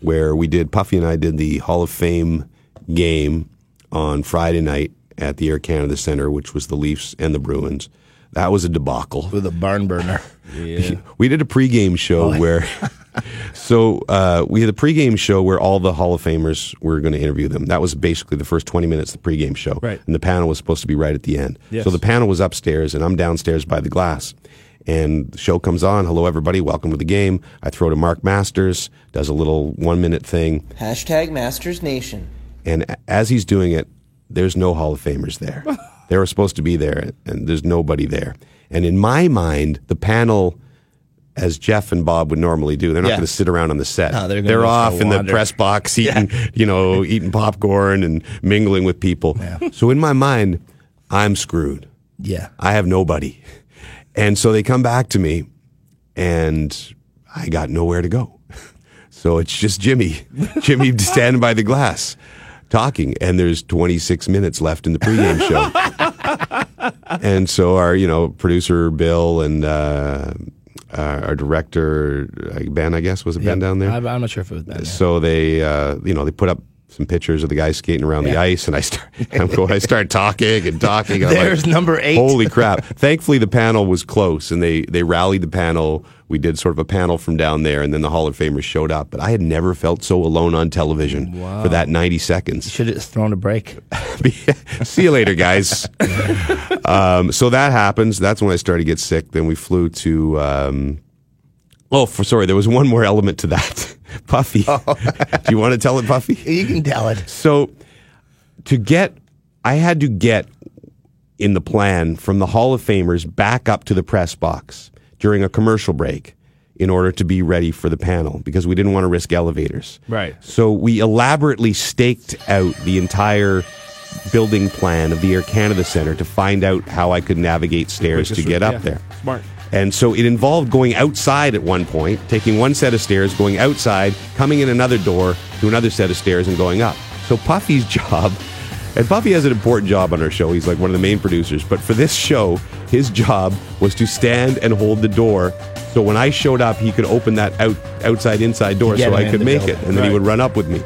[SPEAKER 4] where we did Puffy and I did the Hall of Fame game on Friday night at the Air Canada Centre, which was the Leafs and the Bruins. That was a debacle
[SPEAKER 5] with a barn burner.
[SPEAKER 4] we did a pregame show where so uh, we had a pregame show where all the hall of famers were going to interview them that was basically the first 20 minutes of the pregame show
[SPEAKER 6] Right.
[SPEAKER 4] and the panel was supposed to be right at the end
[SPEAKER 6] Yes.
[SPEAKER 4] so the panel was upstairs and i'm downstairs by the glass and the show comes on hello everybody welcome to the game i throw to mark masters does a little one minute thing
[SPEAKER 13] Hashtag Masters Nation.
[SPEAKER 4] and a- as he's doing it, there's no Hall of Famers there. they were supposed to be there, and there's nobody there. And in my mind, the panel, as Jeff and Bob would normally do, they're not
[SPEAKER 5] Yeah.
[SPEAKER 4] going to sit around on the set.
[SPEAKER 5] No, they're gonna
[SPEAKER 4] they're
[SPEAKER 5] just
[SPEAKER 4] off
[SPEAKER 5] kinda
[SPEAKER 4] in the
[SPEAKER 5] wander.
[SPEAKER 4] press box eating, you know, eating popcorn and mingling with people. So in my mind, I'm screwed.
[SPEAKER 5] Yeah.
[SPEAKER 4] I have nobody. And so they come back to me, and I got nowhere to go. So it's just Jimmy, Jimmy standing by the glass talking, and there's 26 minutes left in the pregame show. and so our, you know, producer Bill and uh, uh, our director uh, Ben, I guess was it Ben down there?
[SPEAKER 5] I'm, I'm not sure if it was that.
[SPEAKER 4] So they, uh, you know, they put up some pictures of the guys skating around the
[SPEAKER 5] Yeah.
[SPEAKER 4] ice, and I start, I'm going, I start talking and talking. I'm like,
[SPEAKER 5] There's number eight.
[SPEAKER 4] Holy crap! Thankfully, the panel was close, and they they rallied the panel. We did sort of a panel from down there, and then the Hall of Famers showed up. But I had never felt so alone on television
[SPEAKER 5] Wow.
[SPEAKER 4] for that 90 seconds.
[SPEAKER 5] Should have just thrown a break.
[SPEAKER 4] See you later, guys. um, so that happens. That's when I started to get sick. Then we flew to. Um, oh, for, sorry. There was one more element to that. Puffy. Do you want to tell it, Puffy?
[SPEAKER 5] You can tell it.
[SPEAKER 4] So to get, I had to get in the plan from the Hall of Famers back up to the press box during a commercial break in order to be ready for the panel because we didn't want to risk elevators.
[SPEAKER 6] Right.
[SPEAKER 4] So we elaborately staked out the entire building plan of the Air Canada Centre to find out how I could navigate stairs to
[SPEAKER 6] Quickest
[SPEAKER 4] get up
[SPEAKER 6] route, yeah.
[SPEAKER 4] there.
[SPEAKER 6] Smart.
[SPEAKER 4] And so it involved going outside at one point, taking one set of stairs, going outside, coming in another door to another set of stairs, and going up. So Puffy's job, and Puffy has an important job on our show. He's like one of the main producers. But for this show, his job was to stand and hold the door. So when I showed up, he could open that out, outside inside door
[SPEAKER 5] To get
[SPEAKER 4] so
[SPEAKER 5] him
[SPEAKER 4] I
[SPEAKER 5] in
[SPEAKER 4] could
[SPEAKER 5] the
[SPEAKER 4] make
[SPEAKER 5] building.
[SPEAKER 4] it. And then he
[SPEAKER 5] Right.
[SPEAKER 4] would run up with me.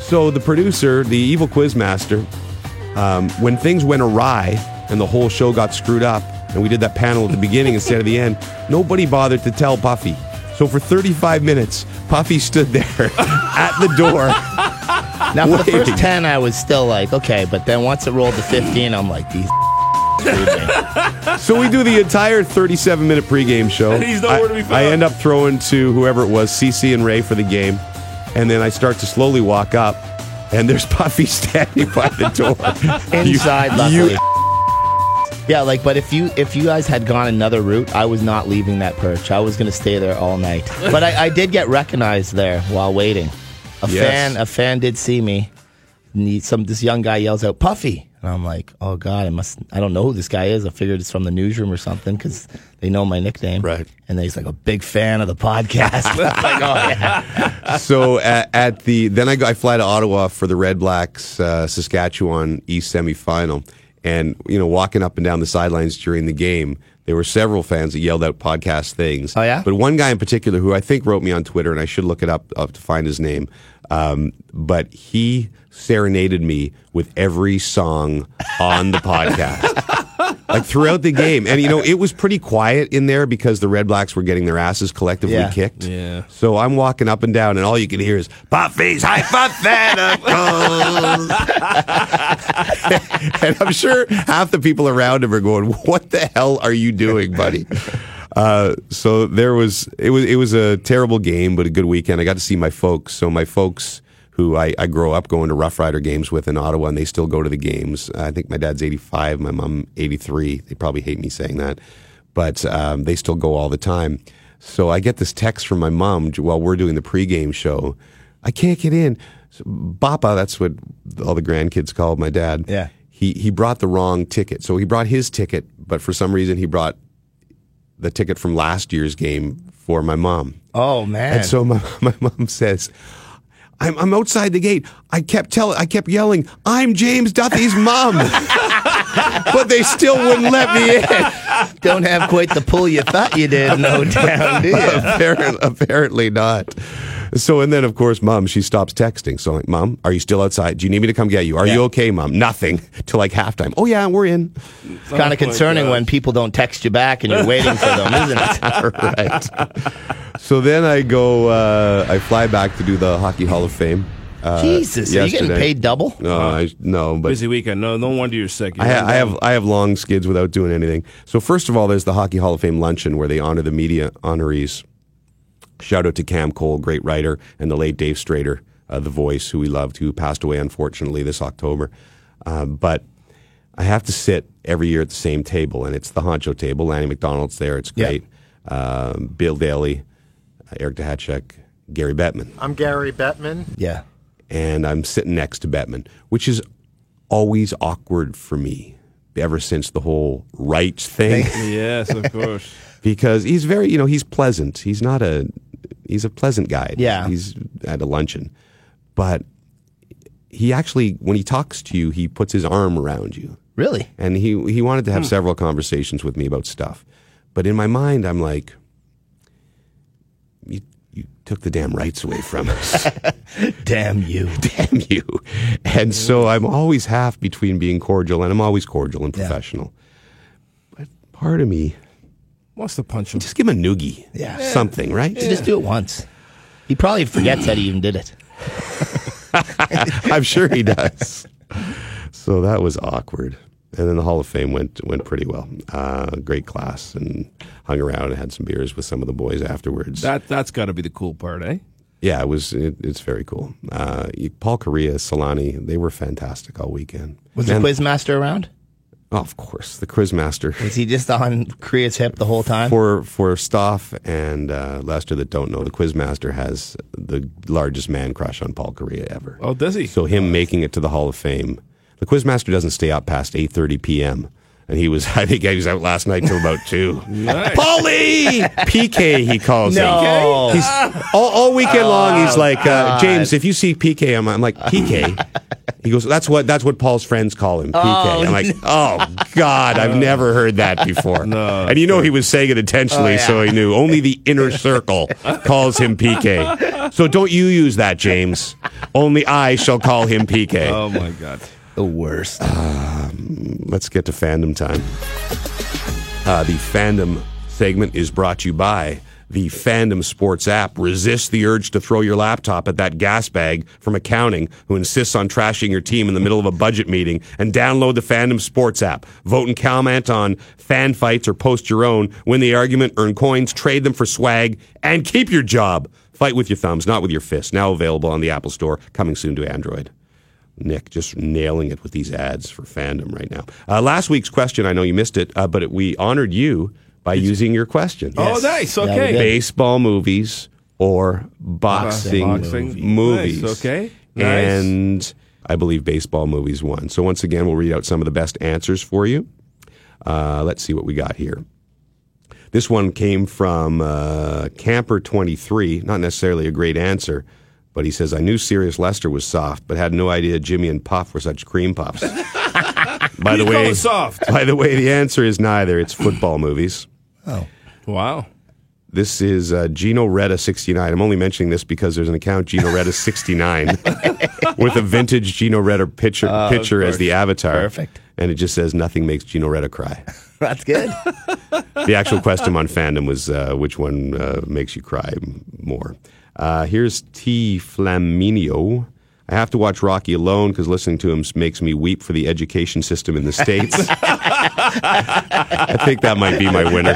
[SPEAKER 4] So the producer, the evil quizmaster, um, when things went awry and the whole show got screwed up, and we did that panel at the beginning instead of the end, nobody bothered to tell Puffy. So for 35 minutes, Puffy stood there at the door.
[SPEAKER 5] Now, for the
[SPEAKER 4] Wait.
[SPEAKER 5] first 10, I was still like, okay, but then once it rolled to 15, I'm like, these.
[SPEAKER 4] So we do the entire 37 minute pregame show.
[SPEAKER 5] And he's nowhere
[SPEAKER 4] I,
[SPEAKER 5] to be found.
[SPEAKER 4] I end up throwing to whoever it was, CC and Ray for the game. And then I start to slowly walk up, and there's Puffy standing by the door.
[SPEAKER 5] Inside,
[SPEAKER 4] you,
[SPEAKER 5] luckily. Yeah, like, but if you if you guys had gone another route, I was not leaving that perch. I was gonna stay there all night. But I, I did get recognized there while waiting. A
[SPEAKER 7] Yes.
[SPEAKER 5] fan, a fan did see me. And he- Some this young guy yells out, "Puffy!" And I'm like, "Oh God, I must. I don't know who this guy is. I figured it's from the newsroom or something because they know my nickname." Right. And then he's like, "A big fan of the podcast." like, oh yeah.
[SPEAKER 4] so at, at the then I go I fly to Ottawa for the Red Blacks uh, Saskatchewan East semifinal, and you know walking up and down the sidelines during the game, there were several fans that yelled out podcast things. Oh yeah, but one guy in particular who I think wrote me on Twitter, and I should look it up, up to find his name. Um, but he serenaded me with every song on the podcast. like throughout the game. And you know, it was pretty quiet in there because the Red Blacks were getting their asses collectively
[SPEAKER 6] Yeah.
[SPEAKER 4] kicked. Yeah. So I'm walking up and down, and all you can hear is Puffy's hypotheticals. and I'm sure half the people around him are going, "What the hell are you doing, buddy?" Uh, so there was it was it was a terrible game, but a good weekend. I got to see my folks. So my folks who I, I grow up going to Rough Rider games with in Ottawa, and they still go to the games. I think my dad's 85, my mom 83. They probably hate me saying that, but um, they still go all the time. So I get this text from my mom j- while we're doing the pregame show. I can't get in. So, Bappa, that's what all the grandkids called my dad. Yeah. He, he brought the wrong ticket. So he brought his ticket, but for some reason he brought the ticket from last year's game for my mom.
[SPEAKER 5] Oh man!
[SPEAKER 4] And so my, my mom says, I'm, I'm outside the gate. I kept telling, I kept yelling, I'm James Duffy's mom. but they still wouldn't let me in.
[SPEAKER 5] Don't have quite the pull you thought you did, no doubt, do you?
[SPEAKER 4] apparently, apparently not. So, and then of course, mom, she stops texting. So, I'm like, mom, are you still outside? Do you need me to come get you? Are you okay, mom? Nothing till like halftime. Oh, yeah, we're in.
[SPEAKER 5] It's kind of concerning when people don't text you back and you're waiting for them, isn't it?
[SPEAKER 4] right. So then I go, uh, I fly back to do the Hockey Hall of Fame. Uh,
[SPEAKER 6] Jesus, are you getting
[SPEAKER 4] yesterday.
[SPEAKER 6] paid double?
[SPEAKER 4] No, I, no, but
[SPEAKER 6] Busy weekend. No, no wonder you're sick.
[SPEAKER 4] I, ha- I have I have long skids without doing anything. So first of all, there's the Hockey Hall of Fame luncheon where they honor the media honorees. Shout out to Cam Cole, great writer, and the late Dave Strader, uh, the voice who we loved, who passed away unfortunately this October. Uh, but I have to sit every year at the same table, and it's the honcho table. Lanny McDonald's there; it's
[SPEAKER 14] Yeah.
[SPEAKER 4] great. Um, Bill Daly, uh, Eric DeHatchek, Gary Bettman.
[SPEAKER 14] I'm Gary Bettman.
[SPEAKER 5] Yeah.
[SPEAKER 4] And I'm sitting next to Bettman, which is always awkward for me ever since the whole rights thing.
[SPEAKER 6] yes, of course.
[SPEAKER 4] because he's very, you know, he's pleasant. He's not a, he's a pleasant guy. Yeah. He's at a luncheon. But he actually, when he talks to you, he puts his arm around you.
[SPEAKER 5] Really?
[SPEAKER 4] And he, he wanted to have
[SPEAKER 5] Hmm.
[SPEAKER 4] several conversations with me about stuff. But in my mind, I'm like, you, you took the damn rights away from us.
[SPEAKER 5] Damn you.
[SPEAKER 4] Damn you. And so I'm always half between being cordial and I'm always cordial and professional. But part of me
[SPEAKER 6] wants to punch him.
[SPEAKER 4] Just give him a noogie. Yeah. Something, right?
[SPEAKER 5] So Just do it once. He probably forgets that he even did it.
[SPEAKER 4] I'm sure he does. So that was awkward. And then the Hall of Fame went went pretty well. Uh, great class, and hung around and had some beers with some of the boys afterwards.
[SPEAKER 6] That that's got to be the cool part, eh?
[SPEAKER 4] yeah, it was it, it's very cool. Uh, you- Paul Correa, Solani, they were fantastic all weekend.
[SPEAKER 5] Was
[SPEAKER 4] Man-
[SPEAKER 5] the quizmaster around?
[SPEAKER 4] Oh, of course, the quizmaster.
[SPEAKER 5] Was he just on Korea's hip the whole time?
[SPEAKER 4] For for Stoff and uh, Lester that don't know, the quizmaster has the largest man crush on Paul Correa ever.
[SPEAKER 6] Oh, does he?
[SPEAKER 4] So him making it to the Hall of Fame, the quizmaster doesn't stay out past eight thirty p.m. And he was, I think he was out last night till about two.
[SPEAKER 7] Nice.
[SPEAKER 4] Polly! PK, he calls
[SPEAKER 7] No.
[SPEAKER 4] him. He's, all, all weekend long, he's
[SPEAKER 7] Oh,
[SPEAKER 4] like, uh,
[SPEAKER 7] God.
[SPEAKER 4] James, if you see PK, I'm, I'm like, PK? he goes, that's what, that's what Paul's friends call him, PK.
[SPEAKER 7] Oh,
[SPEAKER 4] I'm like,
[SPEAKER 7] no.
[SPEAKER 4] oh, God, I've never heard that before. and you know he was saying it intentionally,
[SPEAKER 7] Oh, yeah.
[SPEAKER 4] so he knew only the inner circle calls him PK. So don't you use that, James. Only I shall call him PK.
[SPEAKER 6] Oh my God,
[SPEAKER 4] the worst. let's get to fandom time. Uh, the fandom segment is brought to you by the Fandom Sports app. Resist the urge to throw your laptop at that gas bag from accounting who insists on trashing your team in the middle of a budget meeting and download the Fandom Sports app. Vote and comment on fan fights or post your own. Win the argument, earn coins, trade them for swag, and keep your job. Fight with your thumbs, not with your fists. Now available on the Apple Store, coming soon to Android. Nick just nailing it with these ads for fandom right now. Uh, last week's question, I know you missed it, uh, but it, we honored you by using your question.
[SPEAKER 6] Oh, Yes. nice, Yeah, we okay. did.
[SPEAKER 4] Baseball movies or boxing,
[SPEAKER 6] Boxing
[SPEAKER 4] movies.
[SPEAKER 6] movies. Nice, okay. Nice.
[SPEAKER 4] And I believe baseball movies won. So once again, we'll read out some of the best answers for you. Uh, let's see what we got here. This one came from uh, Camper23. Not necessarily a great answer, but he says, I knew Sirius Lester was soft, but had no idea Jimmy and Puff were such cream puffs. by
[SPEAKER 6] You
[SPEAKER 4] the
[SPEAKER 6] call
[SPEAKER 4] way,
[SPEAKER 6] it soft.
[SPEAKER 4] By the way, the answer is neither. It's football movies.
[SPEAKER 6] Oh, wow.
[SPEAKER 4] This is uh, Gino Retta 69. I'm only mentioning this because there's an account, Gino Retta 69, with a vintage Gino Retta picture,
[SPEAKER 5] Oh, of
[SPEAKER 4] picture as the
[SPEAKER 5] course.
[SPEAKER 4] avatar.
[SPEAKER 5] Perfect.
[SPEAKER 4] And it just says, nothing makes Gino Retta cry.
[SPEAKER 5] That's good.
[SPEAKER 4] the actual question on fandom was uh, which one uh, makes you cry m- more. Uh, here's T. Flaminio. I have to watch Rocky alone because listening to him s- makes me weep for the education system in the States. I think that might be my winner.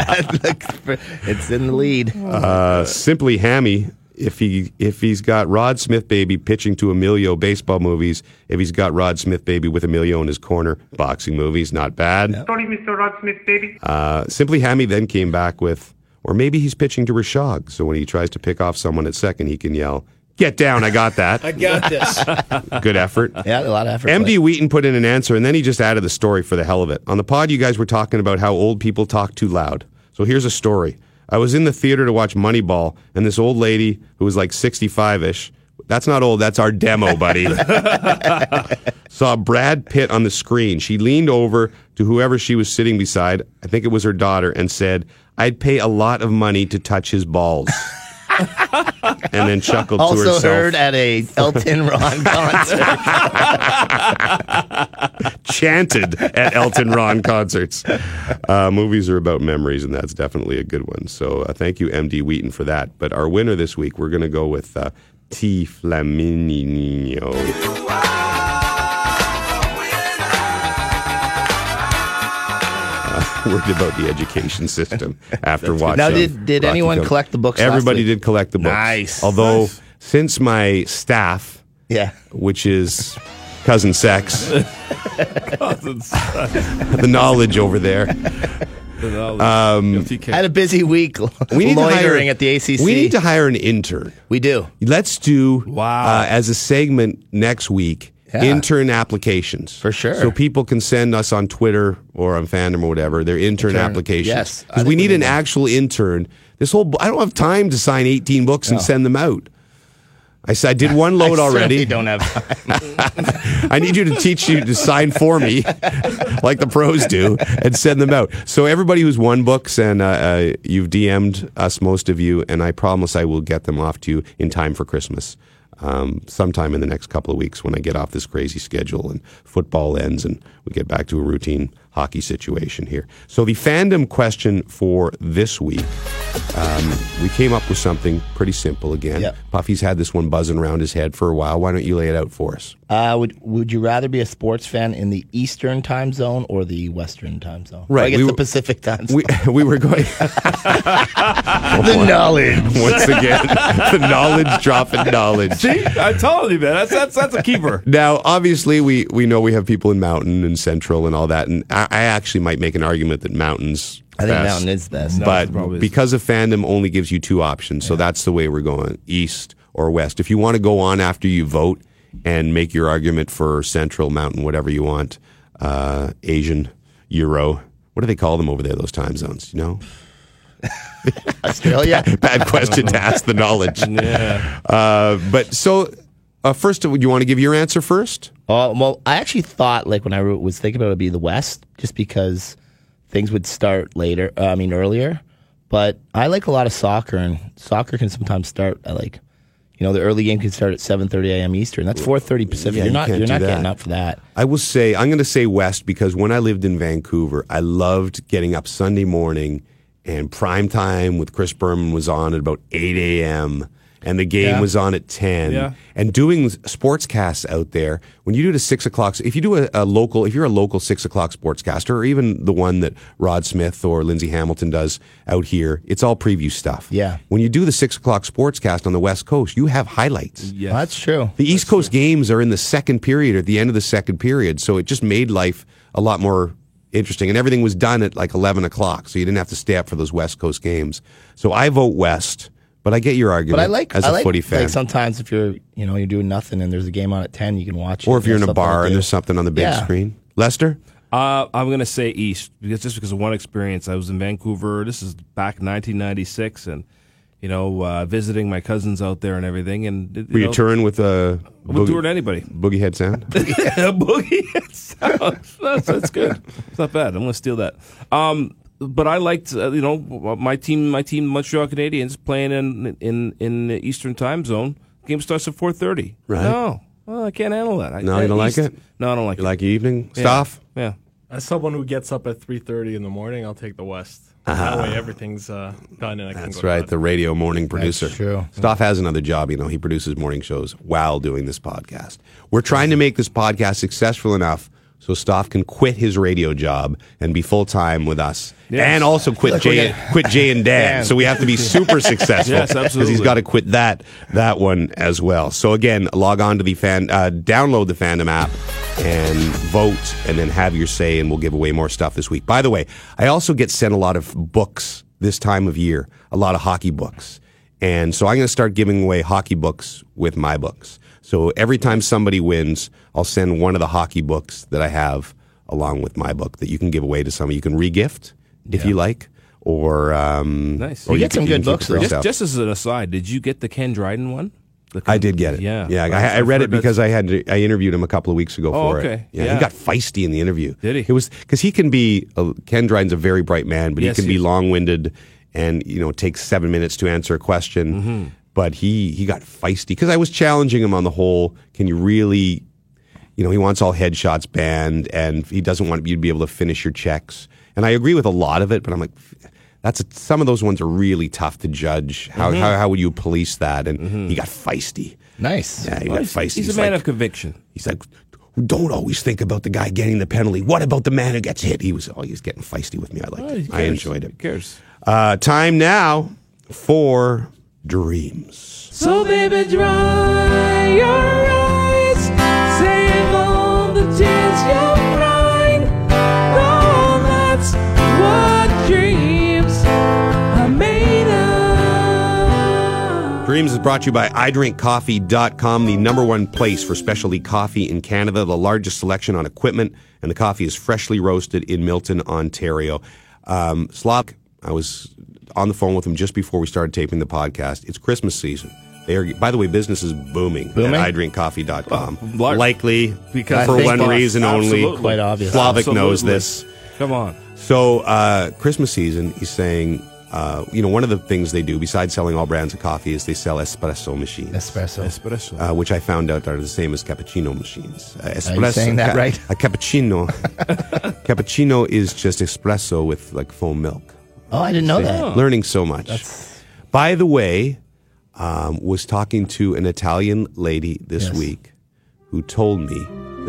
[SPEAKER 5] it's in the lead.
[SPEAKER 4] Uh, simply Hammy. If he if he's got Rod Smith baby pitching to Emilio baseball movies, if he's got Rod Smith baby with Emilio in his corner boxing movies, not bad.
[SPEAKER 14] Sorry, Mr. Rod Smith, baby.
[SPEAKER 4] Uh, Simply Hammy then came back with, or maybe he's pitching to Rashog, so when he tries to pick off someone at second, he can yell, "Get down! I got that."
[SPEAKER 11] I got this.
[SPEAKER 4] Good effort.
[SPEAKER 5] Yeah, a lot of effort.
[SPEAKER 4] MD Wheaton put in an answer, and then he just added the story for the hell of it. On the pod, you guys were talking about how old people talk too loud. So here's a story. I was in the theater to watch Moneyball, and this old lady who was like 65 ish. That's not old. That's our demo, buddy. saw Brad Pitt on the screen. She leaned over to whoever she was sitting beside. I think it was her daughter, and said, "I'd pay a lot of money to touch his balls." and then chuckled to
[SPEAKER 5] also
[SPEAKER 4] herself.
[SPEAKER 5] heard at a Elton Ron concert.
[SPEAKER 4] chanted at Elton Ron concerts. Uh, movies are about memories, and that's definitely a good one. So uh, thank you, MD Wheaton, for that. But our winner this week, we're going to go with uh, T. Flaminino. Uh, Worried about the education system after
[SPEAKER 5] That's good.
[SPEAKER 4] watching.
[SPEAKER 5] Now, did- did
[SPEAKER 4] Rocky
[SPEAKER 5] anyone
[SPEAKER 4] Top.
[SPEAKER 5] collect the books last
[SPEAKER 4] Everybody
[SPEAKER 5] week?
[SPEAKER 4] did collect the books.
[SPEAKER 5] Nice.
[SPEAKER 4] Although,
[SPEAKER 5] Nice.
[SPEAKER 4] since my staff,
[SPEAKER 5] Yeah.
[SPEAKER 4] which is cousin sex,
[SPEAKER 6] the
[SPEAKER 4] the knowledge over there.
[SPEAKER 6] The knowledge.
[SPEAKER 4] Um,
[SPEAKER 5] Had a busy week.
[SPEAKER 4] we need to hire,
[SPEAKER 5] loitering at the ACC.
[SPEAKER 4] We need to hire an intern.
[SPEAKER 5] We do.
[SPEAKER 4] Let's do wow. uh, as a segment next week.
[SPEAKER 5] Yeah.
[SPEAKER 4] Intern applications for
[SPEAKER 5] sure.
[SPEAKER 4] so people can send us on Twitter or on fandom or whatever their intern,
[SPEAKER 5] Intern,
[SPEAKER 4] applications.
[SPEAKER 5] yes. I
[SPEAKER 4] because we need an actual intern. This whole I don't have time to sign eighteen books and
[SPEAKER 5] No.
[SPEAKER 4] send them out. I said I did one load
[SPEAKER 5] I certainly
[SPEAKER 4] already.
[SPEAKER 5] don't have time.
[SPEAKER 4] I need you to teach you to sign for me, like the pros do, and send them out. So everybody who's won books and uh, uh, you've DM'd us, most of you, and I promise I will get them off to you in time for Christmas. Um, sometime in the next couple of weeks when I get off this crazy schedule and football ends and we get back to a routine hockey situation here. So the fandom question for this week, um, we came up with something pretty simple again. Puffy's had this one buzzing around his head for a while. Why don't you lay it out for us?
[SPEAKER 5] Uh, would Would you rather be a sports fan in the Eastern time zone or the Western time zone?
[SPEAKER 4] Right,
[SPEAKER 5] I guess
[SPEAKER 4] we
[SPEAKER 5] the
[SPEAKER 4] were-
[SPEAKER 5] Pacific time zone.
[SPEAKER 4] We, we were going.
[SPEAKER 5] the knowledge.
[SPEAKER 4] Once again, the knowledge dropping knowledge.
[SPEAKER 6] See, I'm telling you, man, that's that's that's a keeper.
[SPEAKER 4] Now, obviously, we, we know we have people in Mountain and Central and all that, and I, I actually might make an argument that Mountain's
[SPEAKER 5] I think Mountain is best. No,
[SPEAKER 4] But
[SPEAKER 5] it probably is.
[SPEAKER 4] because of fandom only gives you two options, so that's the way we're going, East or West. If you want to go on after you vote and make your argument for Central, Mountain, whatever you want, uh, Asian, Euro, what do they call them over there, those time zones, you know?
[SPEAKER 5] Australia?
[SPEAKER 4] Bad, bad question to ask the knowledge.
[SPEAKER 5] Yeah.
[SPEAKER 4] Uh, but so, uh, first of all, you want to give your answer first?
[SPEAKER 5] Oh well, I actually thought like when I wrote- was thinking about it, would be the West, just because things would start later. Uh, I mean earlier, but I like a lot of soccer, and soccer can sometimes start at like, you know, the early game can start at seven thirty a.m. Eastern. That's four thirty Pacific.
[SPEAKER 4] Yeah,
[SPEAKER 5] you're
[SPEAKER 4] you
[SPEAKER 5] not
[SPEAKER 4] can't
[SPEAKER 5] you're
[SPEAKER 4] do
[SPEAKER 5] not
[SPEAKER 4] that.
[SPEAKER 5] getting up for that.
[SPEAKER 4] I will say, I'm going to say West because when I lived in Vancouver, I loved getting up Sunday morning and prime time with Chris Berman was on at about 8 a.m. and the game
[SPEAKER 6] Yeah.
[SPEAKER 4] was on at 10.
[SPEAKER 6] Yeah.
[SPEAKER 4] And doing s- sportscasts out there, when you do it at 6 o'clock, if you do a, a local, if you're a local 6 o'clock sportscaster or even the one that Rod Smith or Lindsey Hamilton does out here, it's all preview stuff.
[SPEAKER 5] Yeah.
[SPEAKER 4] When you do the 6 o'clock sportscast on the West Coast, you have highlights.
[SPEAKER 5] Yes. That's true.
[SPEAKER 4] The East Coast games are in the second period or at the end of the second period, so it just made life a lot more interesting. And everything was done at like eleven o'clock, so you didn't have to stay up for those West Coast games. So I vote West, but I get your argument.
[SPEAKER 5] But I like
[SPEAKER 4] as a
[SPEAKER 5] I like,
[SPEAKER 4] footy fan,
[SPEAKER 5] like sometimes if you're you know you're doing nothing and there's a game on at ten, you can watch. it.
[SPEAKER 4] or if you're in a
[SPEAKER 5] There's something to
[SPEAKER 4] bar and
[SPEAKER 5] do.
[SPEAKER 4] there's something on the big
[SPEAKER 5] Yeah.
[SPEAKER 4] screen. Lester,
[SPEAKER 6] Uh, I'm gonna say East because just because of one experience, I was in Vancouver. This is back 1996, and you know, uh, visiting my cousins out there and everything. And you
[SPEAKER 4] were you
[SPEAKER 6] know,
[SPEAKER 4] touring with a
[SPEAKER 6] I would tour to anybody.
[SPEAKER 4] Boogie head sound.
[SPEAKER 6] boogie. It sounds- that's, that's good. It's not bad. I'm gonna steal that. Um, but I liked uh, you know my team my team Montreal Canadiens playing in in in the Eastern time zone. Game starts at four thirty.
[SPEAKER 4] Right.
[SPEAKER 6] No, well, I can't handle that. I,
[SPEAKER 4] No, you
[SPEAKER 6] at
[SPEAKER 4] don't like
[SPEAKER 6] least-
[SPEAKER 4] it?
[SPEAKER 6] No, I don't like
[SPEAKER 4] You
[SPEAKER 6] it.
[SPEAKER 4] like evening
[SPEAKER 6] Yeah.
[SPEAKER 4] stuff?
[SPEAKER 6] Yeah.
[SPEAKER 12] As someone who gets up at 3:30 in the morning, I'll take the West. That way, everything's uh, done, and I can
[SPEAKER 4] Uh-huh. That's
[SPEAKER 12] go.
[SPEAKER 4] right, the radio morning producer.
[SPEAKER 12] true.
[SPEAKER 4] Stoff has another job, you know. He produces morning shows while doing this podcast. We're trying to make this podcast successful enough so Stoff can quit his radio job and be full time with us,
[SPEAKER 2] Yes.
[SPEAKER 4] and also quit
[SPEAKER 2] Look,
[SPEAKER 4] Jay,
[SPEAKER 2] we're gonna-
[SPEAKER 4] quit Jay and Dan.
[SPEAKER 2] Dan.
[SPEAKER 4] So we have to be super successful.
[SPEAKER 2] Yes,
[SPEAKER 4] Because he's
[SPEAKER 2] absolutely.
[SPEAKER 4] got to quit that that one as well. So again, log on to the fan, uh, download the fandom app, and vote, and then have your say, and we'll give away more stuff this week. By the way, I also get sent a lot of books this time of year, a lot of hockey books, and so I'm going to start giving away hockey books with my books. So every time somebody wins, I'll send one of the hockey books that I have along with my book that you can give away to someone. You can regift if you like. Or um,
[SPEAKER 6] Nice.
[SPEAKER 4] or can- can keep it for
[SPEAKER 6] Just,
[SPEAKER 4] yourself.
[SPEAKER 6] just as an aside, did you get the Ken Dryden one?
[SPEAKER 4] I did get it.
[SPEAKER 6] Yeah.
[SPEAKER 4] yeah.
[SPEAKER 6] I've-
[SPEAKER 4] I, I
[SPEAKER 6] I've
[SPEAKER 4] read it
[SPEAKER 6] heard that's-
[SPEAKER 4] because I had I interviewed him a couple of weeks ago
[SPEAKER 6] Oh,
[SPEAKER 4] for it.
[SPEAKER 6] okay.
[SPEAKER 4] Yeah,
[SPEAKER 6] Yeah.
[SPEAKER 4] he got feisty in the interview. Did he? It was because he can be a, Ken Dryden's a very bright man, but
[SPEAKER 6] Yes,
[SPEAKER 4] he can
[SPEAKER 6] he
[SPEAKER 4] be
[SPEAKER 6] is.
[SPEAKER 4] long winded and you know takes seven minutes to answer a question.
[SPEAKER 6] Mm-hmm.
[SPEAKER 4] But he he got feisty because I was challenging him on the whole. Can you really? You know, he wants all headshots banned, and he doesn't want you to be able to finish your checks. And I agree with a lot of it, but I'm like, that's a, some of those ones are really tough to judge. How
[SPEAKER 6] Mhm.
[SPEAKER 4] how, how would you police that? And he got feisty.
[SPEAKER 5] Nice.
[SPEAKER 4] Yeah, he
[SPEAKER 6] Well,
[SPEAKER 4] got
[SPEAKER 6] he's-
[SPEAKER 4] feisty.
[SPEAKER 6] Mm-hmm. he's a man
[SPEAKER 4] like-
[SPEAKER 6] of conviction.
[SPEAKER 4] He's like, don't always think about the guy getting the penalty. What about the man who gets hit? He was, oh, he was getting feisty with me. I liked
[SPEAKER 6] Oh,
[SPEAKER 4] it.
[SPEAKER 6] who
[SPEAKER 4] I
[SPEAKER 6] cares?
[SPEAKER 4] enjoyed it.
[SPEAKER 6] Who cares?
[SPEAKER 4] Uh, time now for dreams.
[SPEAKER 3] So baby, dry your eyes, save all the tears you've cried. Oh, that's what dreams are made of.
[SPEAKER 4] Dreams is brought to you by iDrinkCoffee.com, the number one place for specialty coffee in Canada, the largest selection on equipment, and the coffee is freshly roasted in Milton, Ontario. Um, Slop, I was on the phone with him just before we started taping the podcast. It's Christmas season. They are, by the way, business is booming,
[SPEAKER 5] Booming?
[SPEAKER 4] at iDrinkCoffee.com.
[SPEAKER 6] lar-
[SPEAKER 4] Likely
[SPEAKER 6] Because
[SPEAKER 4] for
[SPEAKER 6] they
[SPEAKER 4] one
[SPEAKER 6] bought-
[SPEAKER 4] reason only.
[SPEAKER 6] Absolutely. Quite obvious.
[SPEAKER 4] Slavic knows
[SPEAKER 6] Absolutely.
[SPEAKER 4] this.
[SPEAKER 6] Come on.
[SPEAKER 4] So uh, Christmas season, he's saying, uh, you know, one of the things they do besides selling all brands of coffee is they sell espresso machines.
[SPEAKER 5] Espresso.
[SPEAKER 6] Espresso.
[SPEAKER 4] Uh, which I found out are the same as cappuccino machines. Uh,
[SPEAKER 5] saying that right?
[SPEAKER 4] A cappuccino. cappuccino is just espresso with like full milk.
[SPEAKER 5] Oh, I didn't know that.
[SPEAKER 4] Learning so much. By the way, um, was talking to an Italian lady this
[SPEAKER 5] Yes.
[SPEAKER 4] week who told me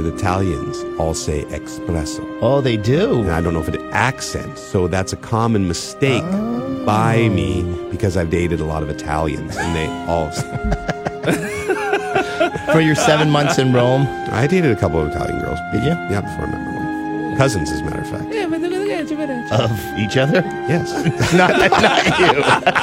[SPEAKER 4] that Italians all say espresso.
[SPEAKER 5] Oh, they do.
[SPEAKER 4] And I don't know if it accents, so that's a common mistake by me because I've dated a lot of Italians and they all.
[SPEAKER 5] For your seven months in Rome,
[SPEAKER 4] I dated a couple of Italian girls.
[SPEAKER 5] Did you?
[SPEAKER 4] Yeah, before I met my wife. Cousins, as a matter of fact.
[SPEAKER 5] Of each other?
[SPEAKER 4] Yes.
[SPEAKER 5] not,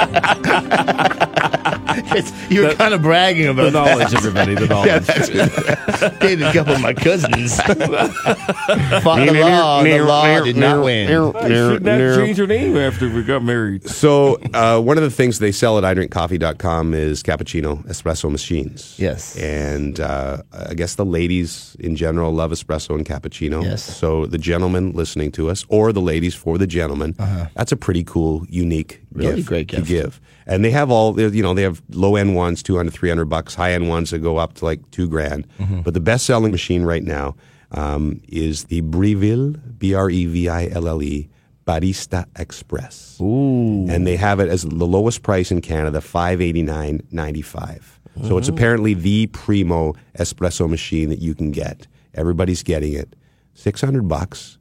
[SPEAKER 5] not you. it's, you were kind of bragging about
[SPEAKER 6] the knowledge,
[SPEAKER 5] that.
[SPEAKER 6] everybody, the
[SPEAKER 5] yeah,
[SPEAKER 6] knowledge.
[SPEAKER 5] that's it. Dated a couple of my cousins. Fought the law. The law did not win.
[SPEAKER 6] I should not change her name after we got married.
[SPEAKER 4] So, uh, one of the things they sell at idrinkcoffee.com is cappuccino espresso machines. Yes. And uh, I guess the ladies in general love espresso and cappuccino. Yes. So, the gentlemen listening to us, or the ladies for the gentlemen, that's a pretty cool, unique
[SPEAKER 5] Uh-huh. Really
[SPEAKER 4] gift
[SPEAKER 5] great
[SPEAKER 4] to
[SPEAKER 5] gift.
[SPEAKER 4] give. And they have all, you know, they have low end ones, 200, 300 bucks, high end ones that go up to like two grand.
[SPEAKER 5] Mm-hmm.
[SPEAKER 4] But the best selling machine right now um, is the Breville, B R E V I L L E, Barista Express. Ooh. And they have it as the lowest price in Canada, five eighty nine ninety five. So it's
[SPEAKER 2] Mhm.
[SPEAKER 4] apparently the primo espresso machine that you can get. Everybody's getting it. 600 bucks.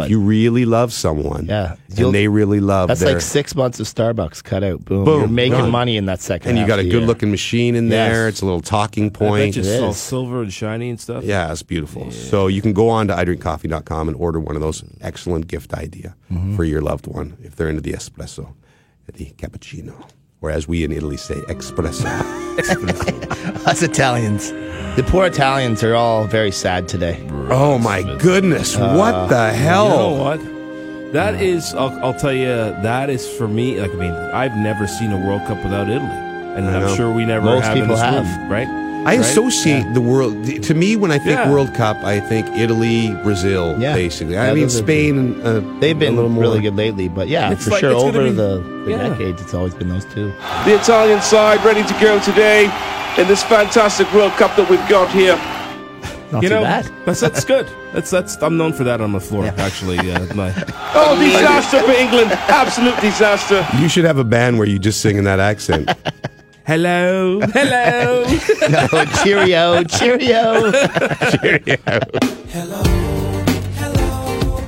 [SPEAKER 4] If you really love someone, yeah,
[SPEAKER 5] You'll-
[SPEAKER 4] and they really love
[SPEAKER 5] That's
[SPEAKER 4] their,
[SPEAKER 5] like six months of Starbucks cut out. Boom.
[SPEAKER 4] Boom.
[SPEAKER 5] You're making
[SPEAKER 4] Done.
[SPEAKER 5] money in that second.
[SPEAKER 4] and you
[SPEAKER 5] half
[SPEAKER 4] got a
[SPEAKER 5] of the
[SPEAKER 4] good
[SPEAKER 5] year.
[SPEAKER 4] looking machine in
[SPEAKER 5] Yes.
[SPEAKER 4] there. It's a little talking
[SPEAKER 6] I
[SPEAKER 4] point.
[SPEAKER 6] bet you it's all silver and shiny and stuff.
[SPEAKER 4] Yeah, it's beautiful. So you can go on to idrinkcoffee.com and order one of those. Excellent gift idea
[SPEAKER 6] Mhm.
[SPEAKER 4] for your loved one if they're into the espresso, the cappuccino, or as we in Italy say, espresso.
[SPEAKER 5] Us Italians. The poor Italians are all very sad today.
[SPEAKER 4] Oh my goodness! What the hell?
[SPEAKER 6] You know what? That is- I'll, I'll tell you. That is for me. Like I mean, I've never seen a World Cup without Italy, and
[SPEAKER 4] I know.
[SPEAKER 6] I'm sure we never
[SPEAKER 4] Most
[SPEAKER 6] have in
[SPEAKER 4] people
[SPEAKER 6] this
[SPEAKER 4] have.
[SPEAKER 6] room, right?
[SPEAKER 4] I
[SPEAKER 12] right?
[SPEAKER 4] associate the world. To me, when I think
[SPEAKER 12] Yeah.
[SPEAKER 4] World Cup, I think Italy, Brazil,
[SPEAKER 5] Yeah.
[SPEAKER 4] basically.
[SPEAKER 5] Yeah,
[SPEAKER 4] I mean,
[SPEAKER 5] those are-
[SPEAKER 4] Spain. And, uh,
[SPEAKER 5] They've been
[SPEAKER 4] a little more.
[SPEAKER 5] really good lately, but yeah,
[SPEAKER 4] It's
[SPEAKER 5] for
[SPEAKER 4] like-
[SPEAKER 5] sure.
[SPEAKER 4] it's gonna
[SPEAKER 5] Over
[SPEAKER 4] be-
[SPEAKER 5] the, the
[SPEAKER 4] yeah.
[SPEAKER 5] decades, it's always been those two.
[SPEAKER 14] The Italian side ready to go today in this fantastic World Cup that we've got here.
[SPEAKER 5] Not
[SPEAKER 6] you
[SPEAKER 5] too
[SPEAKER 6] know,
[SPEAKER 5] bad.
[SPEAKER 6] that's that's good. That's that's I'm known for that on the floor. Actually, uh, my
[SPEAKER 14] Oh, disaster for England. Absolute disaster.
[SPEAKER 4] You should have a band where you just sing in that accent.
[SPEAKER 6] hello, hello.
[SPEAKER 5] no, cheerio, cheerio.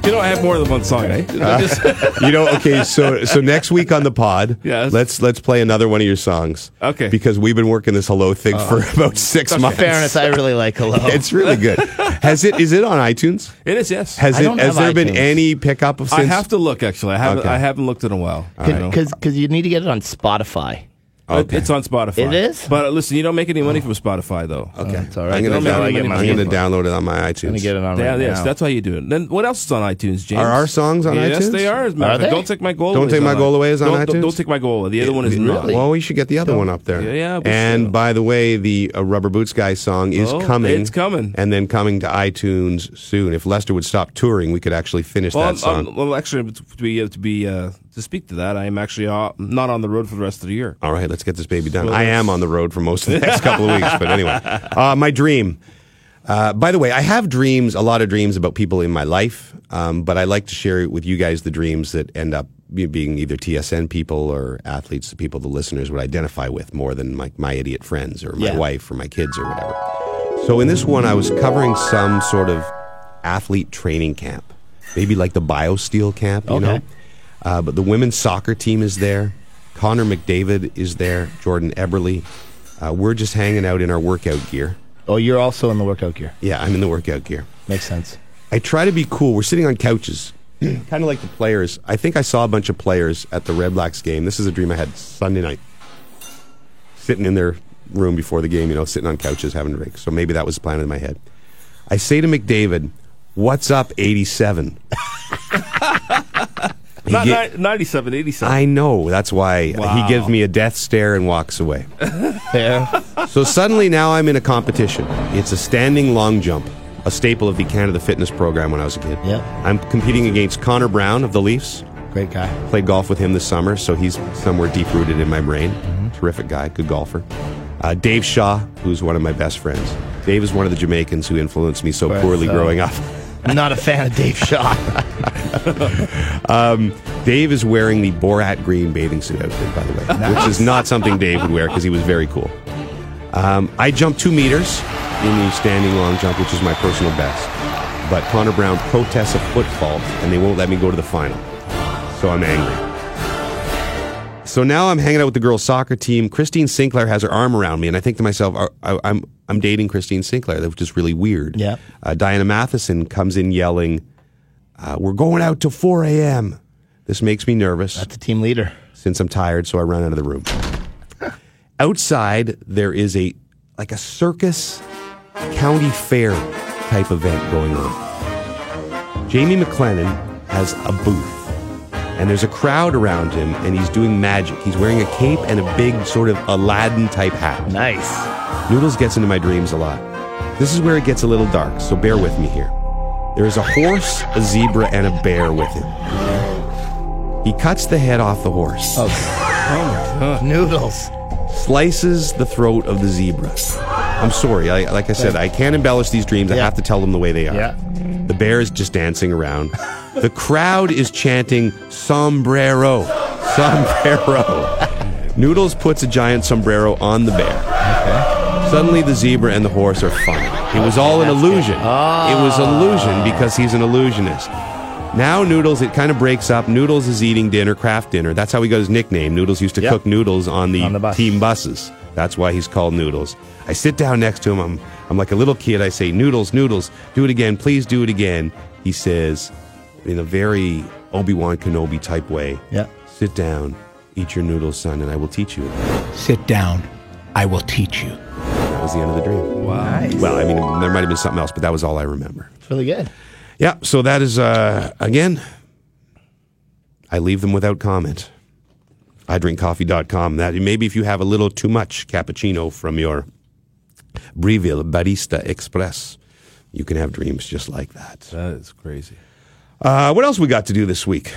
[SPEAKER 6] You know, I have more than one song, eh?
[SPEAKER 4] Uh, you know, okay, so so next week on the pod,
[SPEAKER 6] Yes.
[SPEAKER 4] let's let's play another one of your songs.
[SPEAKER 6] Okay.
[SPEAKER 4] Because we've been working this hello thing
[SPEAKER 6] Uh,
[SPEAKER 4] for about six
[SPEAKER 6] okay.
[SPEAKER 4] months.
[SPEAKER 6] Fairness, I
[SPEAKER 5] really like hello.
[SPEAKER 4] it's really good. Has it is it on iTunes?
[SPEAKER 6] It is yes.
[SPEAKER 4] Has it has there been any pickup of since
[SPEAKER 6] I have to look actually. I haven't.
[SPEAKER 4] Okay.
[SPEAKER 6] I haven't looked in a while. you know.
[SPEAKER 5] Because you need to get it on Spotify.
[SPEAKER 6] It- It's on Spotify.
[SPEAKER 5] It is?
[SPEAKER 6] But uh, listen, you don't make any money from Spotify though.
[SPEAKER 4] Oh. Okay,
[SPEAKER 5] it's all
[SPEAKER 4] I'm
[SPEAKER 5] right.
[SPEAKER 4] gonna,
[SPEAKER 5] That's how I
[SPEAKER 4] download,
[SPEAKER 5] get my
[SPEAKER 4] I'm gonna
[SPEAKER 5] music.
[SPEAKER 4] download it on my iTunes.
[SPEAKER 5] Gonna get it on
[SPEAKER 6] Yeah,
[SPEAKER 5] right
[SPEAKER 6] yes,
[SPEAKER 5] now.
[SPEAKER 6] that's why you do it. Then what else is on iTunes, James?
[SPEAKER 4] Are our songs on
[SPEAKER 6] yes,
[SPEAKER 4] iTunes?
[SPEAKER 6] they are. as a matter
[SPEAKER 4] Are
[SPEAKER 6] of fact.
[SPEAKER 4] they?
[SPEAKER 6] Don't take my goal.
[SPEAKER 4] Don't
[SPEAKER 6] Away
[SPEAKER 4] Take
[SPEAKER 6] is
[SPEAKER 4] My
[SPEAKER 6] on
[SPEAKER 4] Goal Away is on
[SPEAKER 6] Don't- Don't,
[SPEAKER 4] iTually?
[SPEAKER 6] don't take my goal. Away. The other one is not.
[SPEAKER 4] Well, we should get the other one up there.
[SPEAKER 6] Yeah, yeah, we
[SPEAKER 4] And by the way, the uh, Rubber Boots Guy song is
[SPEAKER 6] Oh,
[SPEAKER 4] coming.
[SPEAKER 6] it's coming.
[SPEAKER 4] And then coming to iTunes soon. If Lester would stop touring, we could actually finish
[SPEAKER 6] Well,
[SPEAKER 4] that
[SPEAKER 6] I'm-
[SPEAKER 4] song.
[SPEAKER 6] I'm- well, actually, to be to be uh, to speak to that, I am actually uh, not on the road for the rest of the year.
[SPEAKER 4] All right, let's get this baby done.
[SPEAKER 6] Well,
[SPEAKER 4] I am on the road for most of the next couple of weeks, but anyway, uh, my dream. Uh, by the way, I have dreams, a lot of dreams about people in my life, um, but I like to share with you guys the dreams that end up be- being either TSN people or athletes, the people the listeners would identify with more than my, my idiot friends or my
[SPEAKER 15] Yeah.
[SPEAKER 4] wife or my kids or whatever. So in this one, I was covering some sort of athlete training camp, maybe like the BioSteel camp, you
[SPEAKER 5] Okay.
[SPEAKER 4] know? Uh, but the women's soccer team is there. Connor McDavid is there. Jordan Eberly. Uh, we're just hanging out in our workout gear.
[SPEAKER 5] Oh, you're also in the workout gear.
[SPEAKER 4] Yeah, I'm in the workout gear.
[SPEAKER 5] Makes sense.
[SPEAKER 4] I try to be cool. We're sitting on couches, kind of like the players. I think I saw a bunch of players at the Red Blacks game. This is a dream I had Sunday night, sitting in their room before the game, you know, sitting on couches having drinks. So maybe that was planned in my head. I say to McDavid, "What's up, 87?" He
[SPEAKER 6] Not
[SPEAKER 4] gi-
[SPEAKER 6] ni- 97, 87.
[SPEAKER 4] I know. That's why
[SPEAKER 6] Wow.
[SPEAKER 4] he gives me a death stare and walks away.
[SPEAKER 5] Fair.
[SPEAKER 4] so suddenly now I'm in a competition. It's a standing long jump, a staple of the Canada Fitness program when I was a kid.
[SPEAKER 5] Yep.
[SPEAKER 4] I'm competing against Connor Brown of the Leafs.
[SPEAKER 5] Great guy.
[SPEAKER 4] Played golf with him this summer, so he's somewhere deep rooted in my brain.
[SPEAKER 5] Mm-hmm.
[SPEAKER 4] Terrific guy, good golfer. Uh, Dave Shaw, who's one of my best friends. Dave is one of the Jamaicans who influenced me so
[SPEAKER 5] Right,
[SPEAKER 4] poorly
[SPEAKER 5] so-
[SPEAKER 4] growing up.
[SPEAKER 5] I'm not a fan of Dave Shaw.
[SPEAKER 4] Um, Dave is wearing the Borat green bathing suit outfit, by the way, which is not something Dave would wear because he was very cool. Um, I jumped two meters in the standing long jump, which is my personal best. But Connor Brown protests a foot fault, and they won't let me go to the final. So I'm angry. So now I'm hanging out with the girls' soccer team. Christine Sinclair has her arm around me, and I think to myself, I, I, I'm I'm dating Christine Sinclair, which is really weird. Yeah. Uh, Diana Matheson comes in yelling, uh, "We're going out till 4 a.m." This makes me nervous. That's
[SPEAKER 5] the team leader.
[SPEAKER 4] Since I'm tired, so I run out of the room. Outside, there is a like a circus county fair type event going on. Jamie McLennan has a booth, and there's a crowd around him, and he's doing magic. He's wearing a cape and a big sort of Aladdin type hat. Nice. Noodles gets into my dreams a lot. This is where it gets a little dark, so bear with me here. There is a horse, a zebra, and a bear with him. He cuts the head off the horse.
[SPEAKER 5] Noodles.
[SPEAKER 4] Slices the throat of the zebra. I'm sorry. I, like I said, I can't embellish these dreams. I have to tell them the way they are.
[SPEAKER 5] Yeah.
[SPEAKER 4] The bear is just dancing around. the crowd is chanting sombrero, sombrero. Noodles puts a giant sombrero on the bear. Suddenly, the zebra and the horse are fine. It was all an illusion. It was illusion because he's an illusionist. Now Noodles, it kind of breaks up. Noodles is eating dinner, craft dinner. That's how he got his nickname. Noodles used to cook noodles on the, team buses. That's why he's called Noodles. I sit down next to him. I'm, I'm like a little kid. I say, Noodles, Noodles, do it again. Please do it again. He says, in a very Obi Wan Kenobi type way,
[SPEAKER 5] Yeah.
[SPEAKER 4] sit down, eat your noodles, son, and I will teach you.
[SPEAKER 16] Sit down. I will teach you.
[SPEAKER 4] That was the end of the dream.
[SPEAKER 5] Wow. Nice.
[SPEAKER 4] Well, I mean, there might have been something else, but that was all I remember.
[SPEAKER 5] It's really good.
[SPEAKER 4] Yeah, so that is, uh, again, I leave them without comment. I drink coffee.com. That maybe if you have a little too much cappuccino from your Breville Barista Express. You can have dreams just like that.
[SPEAKER 6] That is crazy.
[SPEAKER 4] Uh, what else we got to do this week?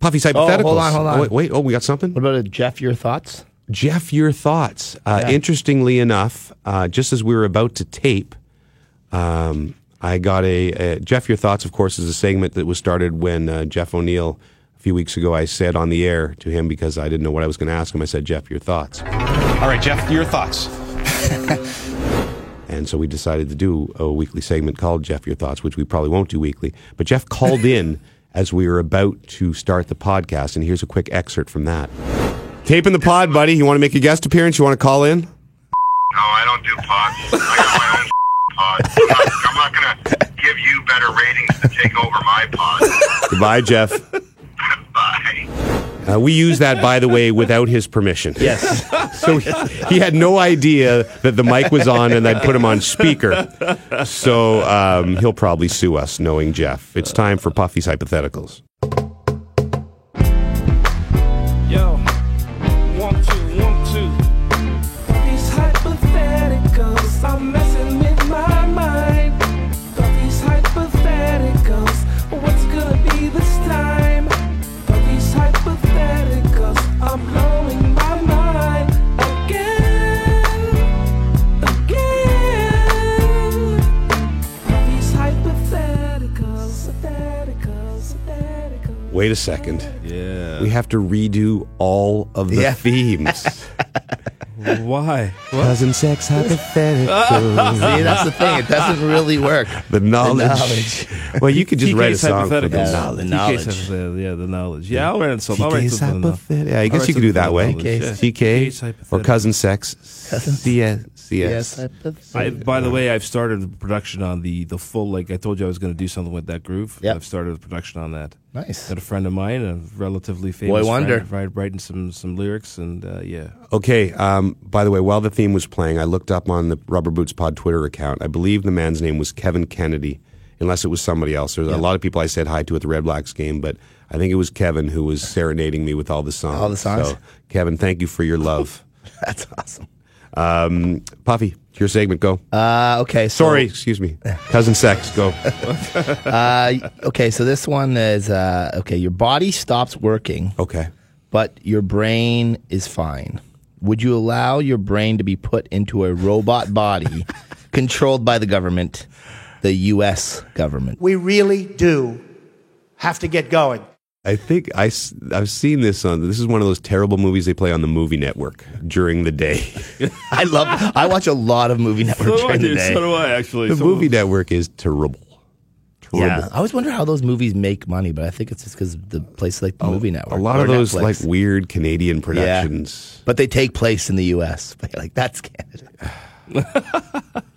[SPEAKER 4] Puffy's
[SPEAKER 5] Oh,
[SPEAKER 4] hypotheticals.
[SPEAKER 5] hold on, hold on.
[SPEAKER 4] wait, wait. Oh, we got something. What
[SPEAKER 5] about a Jeff? Your thoughts?
[SPEAKER 4] Jeff, your thoughts. Uh,
[SPEAKER 5] Yeah.
[SPEAKER 4] Interestingly enough, uh, just as we were about to tape, um, I got a, a Jeff. Your thoughts, of course, is a segment that was started when uh, Jeff O'Neill a few weeks ago. I said on the air to him because I didn't know what I was going to ask him. I said, Jeff, your thoughts.
[SPEAKER 15] All right, Jeff, your thoughts.
[SPEAKER 4] And so we decided to do a weekly segment called Jeff Your Thoughts, which we probably won't do weekly. But Jeff called in as we were about to start the podcast. And here's a quick excerpt from that. Taping the pod, buddy. You want to make a guest appearance? You want to call in?
[SPEAKER 17] No, I don't do pods. I got my own pod. I'm not, I'm not going to give you better ratings to take over my pod.
[SPEAKER 4] Goodbye, Jeff. Bye. Uh, we use that, by the way, without his permission.
[SPEAKER 5] Yes.
[SPEAKER 4] so he, he had no idea that the mic was on and I'd put him on speaker. So um, he'll probably sue us, knowing Jeff. It's time for Puffy's hypotheticals.
[SPEAKER 3] Yo, one, two, one, two. These hypotheticals are messing with my mind. But these hypotheticals, what's gonna be this time? But these hypotheticals are blowing my mind again. Again. But these hypotheticals, hypotheticals, hypotheticals.
[SPEAKER 4] Wait a second.
[SPEAKER 6] Yeah.
[SPEAKER 4] We have to redo all of the
[SPEAKER 6] Yeah.
[SPEAKER 4] themes.
[SPEAKER 6] Why?
[SPEAKER 4] Cousin sex hypothetical.
[SPEAKER 5] See, that's the thing. It doesn't really work.
[SPEAKER 4] The knowledge.
[SPEAKER 5] knowledge.
[SPEAKER 4] well, you could just write a
[SPEAKER 6] TK's
[SPEAKER 4] song for
[SPEAKER 6] hypotheticals.
[SPEAKER 4] this.
[SPEAKER 6] Yeah, the knowledge. yeah, the knowledge. Yeah, I'll write something. I'll write
[SPEAKER 4] TK's
[SPEAKER 6] something. enough.
[SPEAKER 4] hypothet- Yeah, I
[SPEAKER 6] I'll
[SPEAKER 4] guess
[SPEAKER 6] write
[SPEAKER 4] you could do
[SPEAKER 6] something
[SPEAKER 4] that way.
[SPEAKER 6] about this, yeah.
[SPEAKER 4] TK or cousin sex. CS. CS.
[SPEAKER 6] I, by the way, I've started production on the the full. Like I told you, I was going to do something with that groove. Yeah, I've started production on that.
[SPEAKER 5] Nice.
[SPEAKER 6] Got a friend of mine, a relatively famous.
[SPEAKER 5] wonder.
[SPEAKER 6] Friend, right, writing some some lyrics and uh, yeah.
[SPEAKER 4] Okay. Um, by the way, while the theme was playing, I looked up on the Rubber Boots Pod Twitter account. I believe the man's name was Kevin Kennedy, unless it was somebody else. There's a lot of people I said hi to at the Red Blacks game, but I think it was Kevin who was serenading me with all the songs.
[SPEAKER 5] All the songs?
[SPEAKER 4] So, Kevin, thank you for your love.
[SPEAKER 5] That's awesome.
[SPEAKER 4] Um, Puffy, your segment, go.
[SPEAKER 5] Uh, okay. so-
[SPEAKER 4] Sorry, excuse me. Cousin Sex, go.
[SPEAKER 5] uh, okay, so this one is uh, okay. Your body stops working.
[SPEAKER 4] Okay,
[SPEAKER 5] but your brain is fine. Would you allow your brain to be put into a robot body controlled by the government, the U.S. government?
[SPEAKER 18] We really do have to get going.
[SPEAKER 4] I think I, have seen this on. This is one of those terrible movies they play on the movie network during the day.
[SPEAKER 5] I love. I watch a lot of movie network
[SPEAKER 6] So do I,
[SPEAKER 5] during the
[SPEAKER 6] dude.
[SPEAKER 5] day.
[SPEAKER 6] So do I, actually.
[SPEAKER 4] The
[SPEAKER 6] So-
[SPEAKER 4] movie network is terrible. Terrible.
[SPEAKER 5] Yeah, I always wonder how those movies make money, but I think it's just because the place like the movie network.
[SPEAKER 4] A lot of
[SPEAKER 5] or
[SPEAKER 4] those
[SPEAKER 5] Netflix.
[SPEAKER 4] like weird Canadian
[SPEAKER 5] Yeah.
[SPEAKER 4] productions.
[SPEAKER 5] but they take place in the U.S. But you're like that's Canada.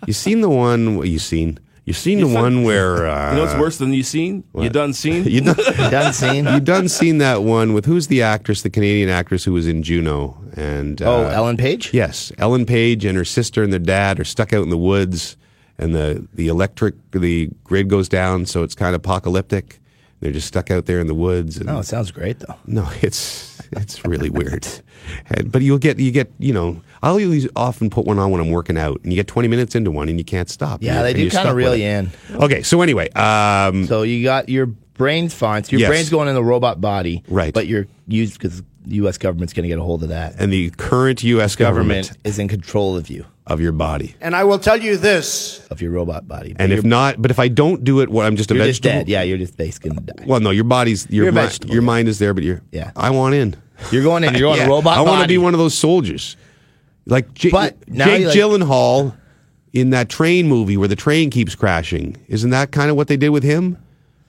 [SPEAKER 4] You seen the one? What you seen? You seen the
[SPEAKER 6] You saw-
[SPEAKER 4] one where? Uh,
[SPEAKER 6] you know what's worse than you seen? You done seen?
[SPEAKER 4] You done,
[SPEAKER 5] done seen?
[SPEAKER 4] You done seen that one with who's the actress, the Canadian actress who was in Juno and uh,
[SPEAKER 5] Oh, Ellen Page.
[SPEAKER 4] Yes, Ellen Page and her sister and their dad are stuck out in the woods, and the the electric the grid goes down, so it's kind of apocalyptic. They're just stuck out there in the woods. And
[SPEAKER 5] No, it sounds great though.
[SPEAKER 4] No, it's it's really weird. And- but you'll get you get you know I'll usually often put one on when I'm working out, and you get 20 minutes into one and you can't stop.
[SPEAKER 5] Yeah, they
[SPEAKER 4] And you're- and
[SPEAKER 5] do
[SPEAKER 4] you're
[SPEAKER 5] kind
[SPEAKER 4] stuck
[SPEAKER 5] of
[SPEAKER 4] with
[SPEAKER 5] reel
[SPEAKER 4] it.
[SPEAKER 5] you in.
[SPEAKER 4] Okay, so anyway, um,
[SPEAKER 5] so you got your brain's fine. So your
[SPEAKER 4] Yes.
[SPEAKER 5] brain's going in the robot body,
[SPEAKER 4] Right.
[SPEAKER 5] But you're used because the U.S. government's going to get a hold of that.
[SPEAKER 4] And the current U.S.
[SPEAKER 5] government, is in control of you,
[SPEAKER 4] of your body,
[SPEAKER 18] And I will tell you this
[SPEAKER 5] of your robot body.
[SPEAKER 4] and if not, but if I don't do it, what I'm just a
[SPEAKER 5] You're just
[SPEAKER 4] vegetable.
[SPEAKER 5] dead. Yeah, you're just basically gonna die.
[SPEAKER 4] Well, no, your body's your
[SPEAKER 5] You're a
[SPEAKER 4] mi-
[SPEAKER 5] vegetable,
[SPEAKER 4] your mind is there, but you're
[SPEAKER 5] Yeah.
[SPEAKER 4] I want in.
[SPEAKER 5] You're going in. You're on
[SPEAKER 4] Yeah,
[SPEAKER 5] a robot
[SPEAKER 4] I want to
[SPEAKER 5] body.
[SPEAKER 4] be one of those soldiers, like J-
[SPEAKER 5] But now
[SPEAKER 4] Jake
[SPEAKER 5] you like-
[SPEAKER 4] Gyllenhaal in that train movie where the train keeps crashing. Isn't that kind of what they did with him?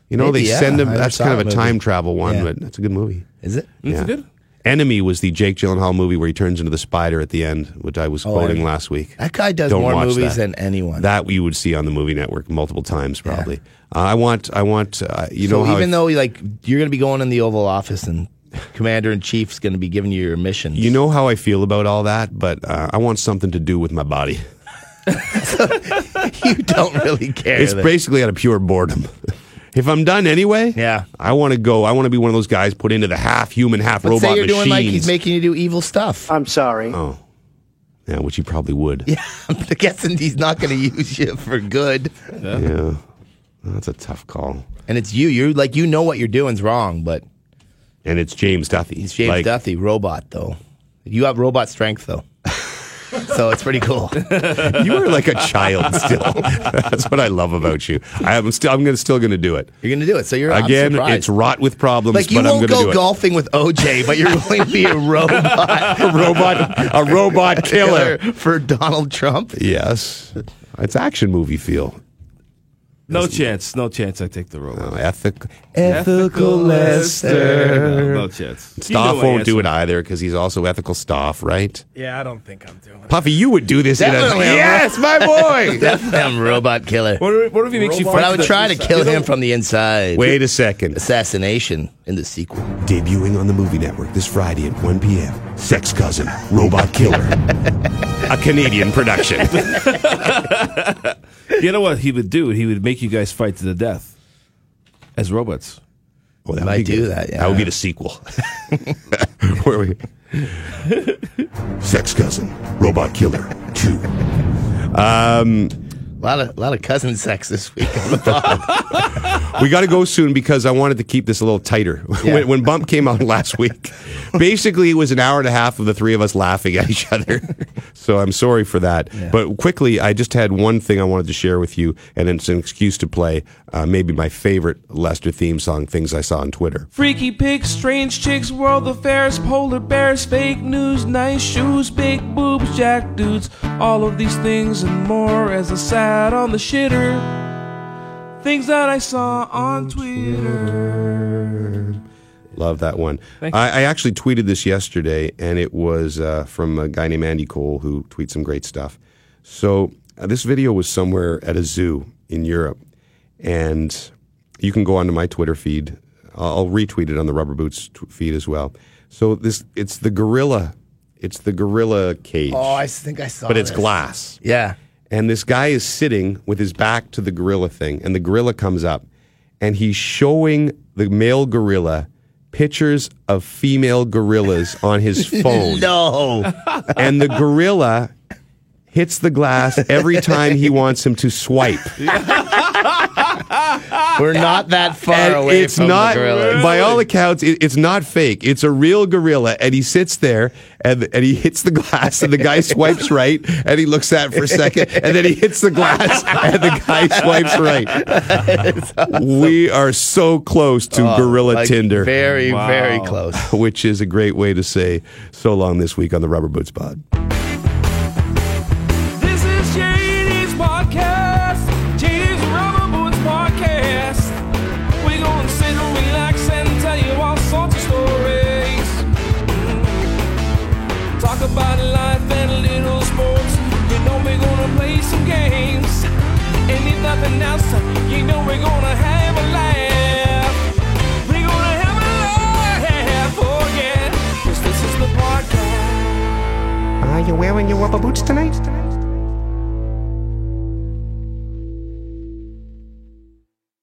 [SPEAKER 4] You know,
[SPEAKER 5] Maybe,
[SPEAKER 4] they
[SPEAKER 5] yeah.
[SPEAKER 4] send him.
[SPEAKER 5] I never
[SPEAKER 4] That's
[SPEAKER 5] saw
[SPEAKER 4] kind
[SPEAKER 5] that
[SPEAKER 4] of a
[SPEAKER 5] movie.
[SPEAKER 4] time travel one,
[SPEAKER 5] Yeah.
[SPEAKER 4] but that's a good movie.
[SPEAKER 5] Is it?
[SPEAKER 4] Yeah.
[SPEAKER 6] Is it good?
[SPEAKER 4] Enemy was the Jake Gyllenhaal movie where he turns into the spider at the end, which I was
[SPEAKER 5] Oh,
[SPEAKER 4] quoting
[SPEAKER 5] I-
[SPEAKER 4] last week.
[SPEAKER 5] That guy does
[SPEAKER 4] Don't
[SPEAKER 5] more
[SPEAKER 4] watch
[SPEAKER 5] movies
[SPEAKER 4] that.
[SPEAKER 5] than anyone.
[SPEAKER 4] That you would see on the movie network multiple times, probably. Uh, I want, I want, uh, you know,
[SPEAKER 5] so
[SPEAKER 4] how
[SPEAKER 5] even
[SPEAKER 4] I-
[SPEAKER 5] though like you're going to be going in the Oval Office and Commander in Chief's going to be giving you your mission.
[SPEAKER 4] you know how I feel about all that, but uh, I want something to do with my body.
[SPEAKER 5] you don't really care.
[SPEAKER 4] it's
[SPEAKER 5] that-
[SPEAKER 4] basically out of pure boredom. if I'm done anyway, yeah, I want to go. I want to be one of those guys put into the half human, half
[SPEAKER 5] But
[SPEAKER 4] robot
[SPEAKER 5] say you're doing like
[SPEAKER 4] machines.
[SPEAKER 5] he's making you do evil stuff.
[SPEAKER 18] I'm sorry.
[SPEAKER 4] Oh. Yeah, which he probably would.
[SPEAKER 5] Yeah, I'm guessing he's not going to use you for good.
[SPEAKER 4] Yeah. That's a tough call.
[SPEAKER 5] And it's you. You're like you know what you're doing's wrong, but
[SPEAKER 4] and it's James Duffy.
[SPEAKER 5] It's James Duffy, robot though. You have robot strength though, so it's pretty cool.
[SPEAKER 4] you are like a child still. That's what I love about you. I'm still. I'm gonna still gonna do it.
[SPEAKER 5] You're gonna do it. So you're I'm
[SPEAKER 4] again.
[SPEAKER 5] surprised.
[SPEAKER 4] It's rot with problems.
[SPEAKER 5] Like you
[SPEAKER 4] but I'm
[SPEAKER 5] won't
[SPEAKER 4] gonna do
[SPEAKER 5] go
[SPEAKER 4] it.
[SPEAKER 5] golfing with OJ, but you're going to be a robot,
[SPEAKER 4] a robot, a robot killer.
[SPEAKER 5] for Donald Trump.
[SPEAKER 4] Yes, it's action movie feel. Uh,
[SPEAKER 19] No chance. No chance. I take the robot.
[SPEAKER 4] ethical.
[SPEAKER 19] Ethical Lester. No, no chance.
[SPEAKER 4] Staff won't do it either because he's also ethical staff, right?
[SPEAKER 20] Yeah, I don't think I'm doing.
[SPEAKER 4] Puffy, you would do this.
[SPEAKER 20] Definitely
[SPEAKER 4] in a,
[SPEAKER 20] I'm
[SPEAKER 4] yes, my boy.
[SPEAKER 5] Definitely I'm robot killer.
[SPEAKER 19] What if, what if he makes you
[SPEAKER 5] But I would try to kill
[SPEAKER 19] You know-
[SPEAKER 5] him from the inside.
[SPEAKER 4] Wait a second.
[SPEAKER 5] Assassination in the sequel.
[SPEAKER 4] Debuting on the Movie Network this Friday at 1 p.m. Sex Cousin, Robot Killer. a Canadian production.
[SPEAKER 19] You know what he would do? He would make you guys fight to the death as robots.
[SPEAKER 4] Well,
[SPEAKER 5] that would I be do good. that, yeah.
[SPEAKER 4] That would be the sequel. Where we? Sex Cousin, Robot Killer 2. Um,
[SPEAKER 5] A lot of, lot of cousin sex this week.
[SPEAKER 4] we got to go soon because I wanted to keep this a little tighter.
[SPEAKER 5] Yeah.
[SPEAKER 4] when, when Bump came out last week, basically it was an hour and a half of the three of us laughing at each other. so I'm sorry for that. But quickly, I just had one thing I wanted to share with you, and it's an excuse to play uh, maybe my favorite Lester theme song, Things I Saw on Twitter.
[SPEAKER 6] Freaky pigs, strange chicks, world affairs, polar bears, fake news, nice shoes, big boobs, jack dudes, all of these things and more as I sat on the shitter. Things that I saw on Twitter.
[SPEAKER 4] Love that one. I,
[SPEAKER 6] Thank you.
[SPEAKER 4] I actually tweeted this yesterday, and it was uh, from a guy named Andy Cole who tweets some great stuff. So uh, this video was somewhere at a zoo in Europe, and you can go onto my Twitter feed. I'll, I'll retweet it on the Rubber Boots t- feed as well. So this it's the gorilla, it's the gorilla cage,
[SPEAKER 5] oh, I think I saw
[SPEAKER 4] but it's
[SPEAKER 5] this.
[SPEAKER 4] glass.
[SPEAKER 5] Yeah.
[SPEAKER 4] And this guy is sitting with his back to the gorilla thing, and the gorilla comes up, and he's showing the male gorilla pictures of female gorillas on his phone.
[SPEAKER 5] no.
[SPEAKER 4] And the gorilla hits the glass every time he wants him to swipe.
[SPEAKER 5] We're not that far
[SPEAKER 4] And
[SPEAKER 5] away
[SPEAKER 4] it's
[SPEAKER 5] from
[SPEAKER 4] not,
[SPEAKER 5] the gorilla.
[SPEAKER 4] by all accounts, it, it's not fake. It's a real gorilla, and he sits there and and he hits the glass, and the guy swipes right, and he looks at it for a second, and then he hits the glass, and the guy swipes right. We are so close to
[SPEAKER 5] Oh,
[SPEAKER 4] gorilla
[SPEAKER 5] like,
[SPEAKER 4] Tinder,
[SPEAKER 5] very, very Wow. close.
[SPEAKER 4] which is a great way to say so long this week on the Rubber Boots Pod.
[SPEAKER 6] This is JD's podcast, JD's Rubber Boots podcast. We're gonna sit and relax and tell you all sorts of stories. Talk about life and a little sports. You know we're gonna play some games, and if nothing else, you know we're gonna have a laugh. We're gonna have a laugh, oh yeah, 'cause this is the podcast.
[SPEAKER 2] Are you wearing your rubber boots tonight?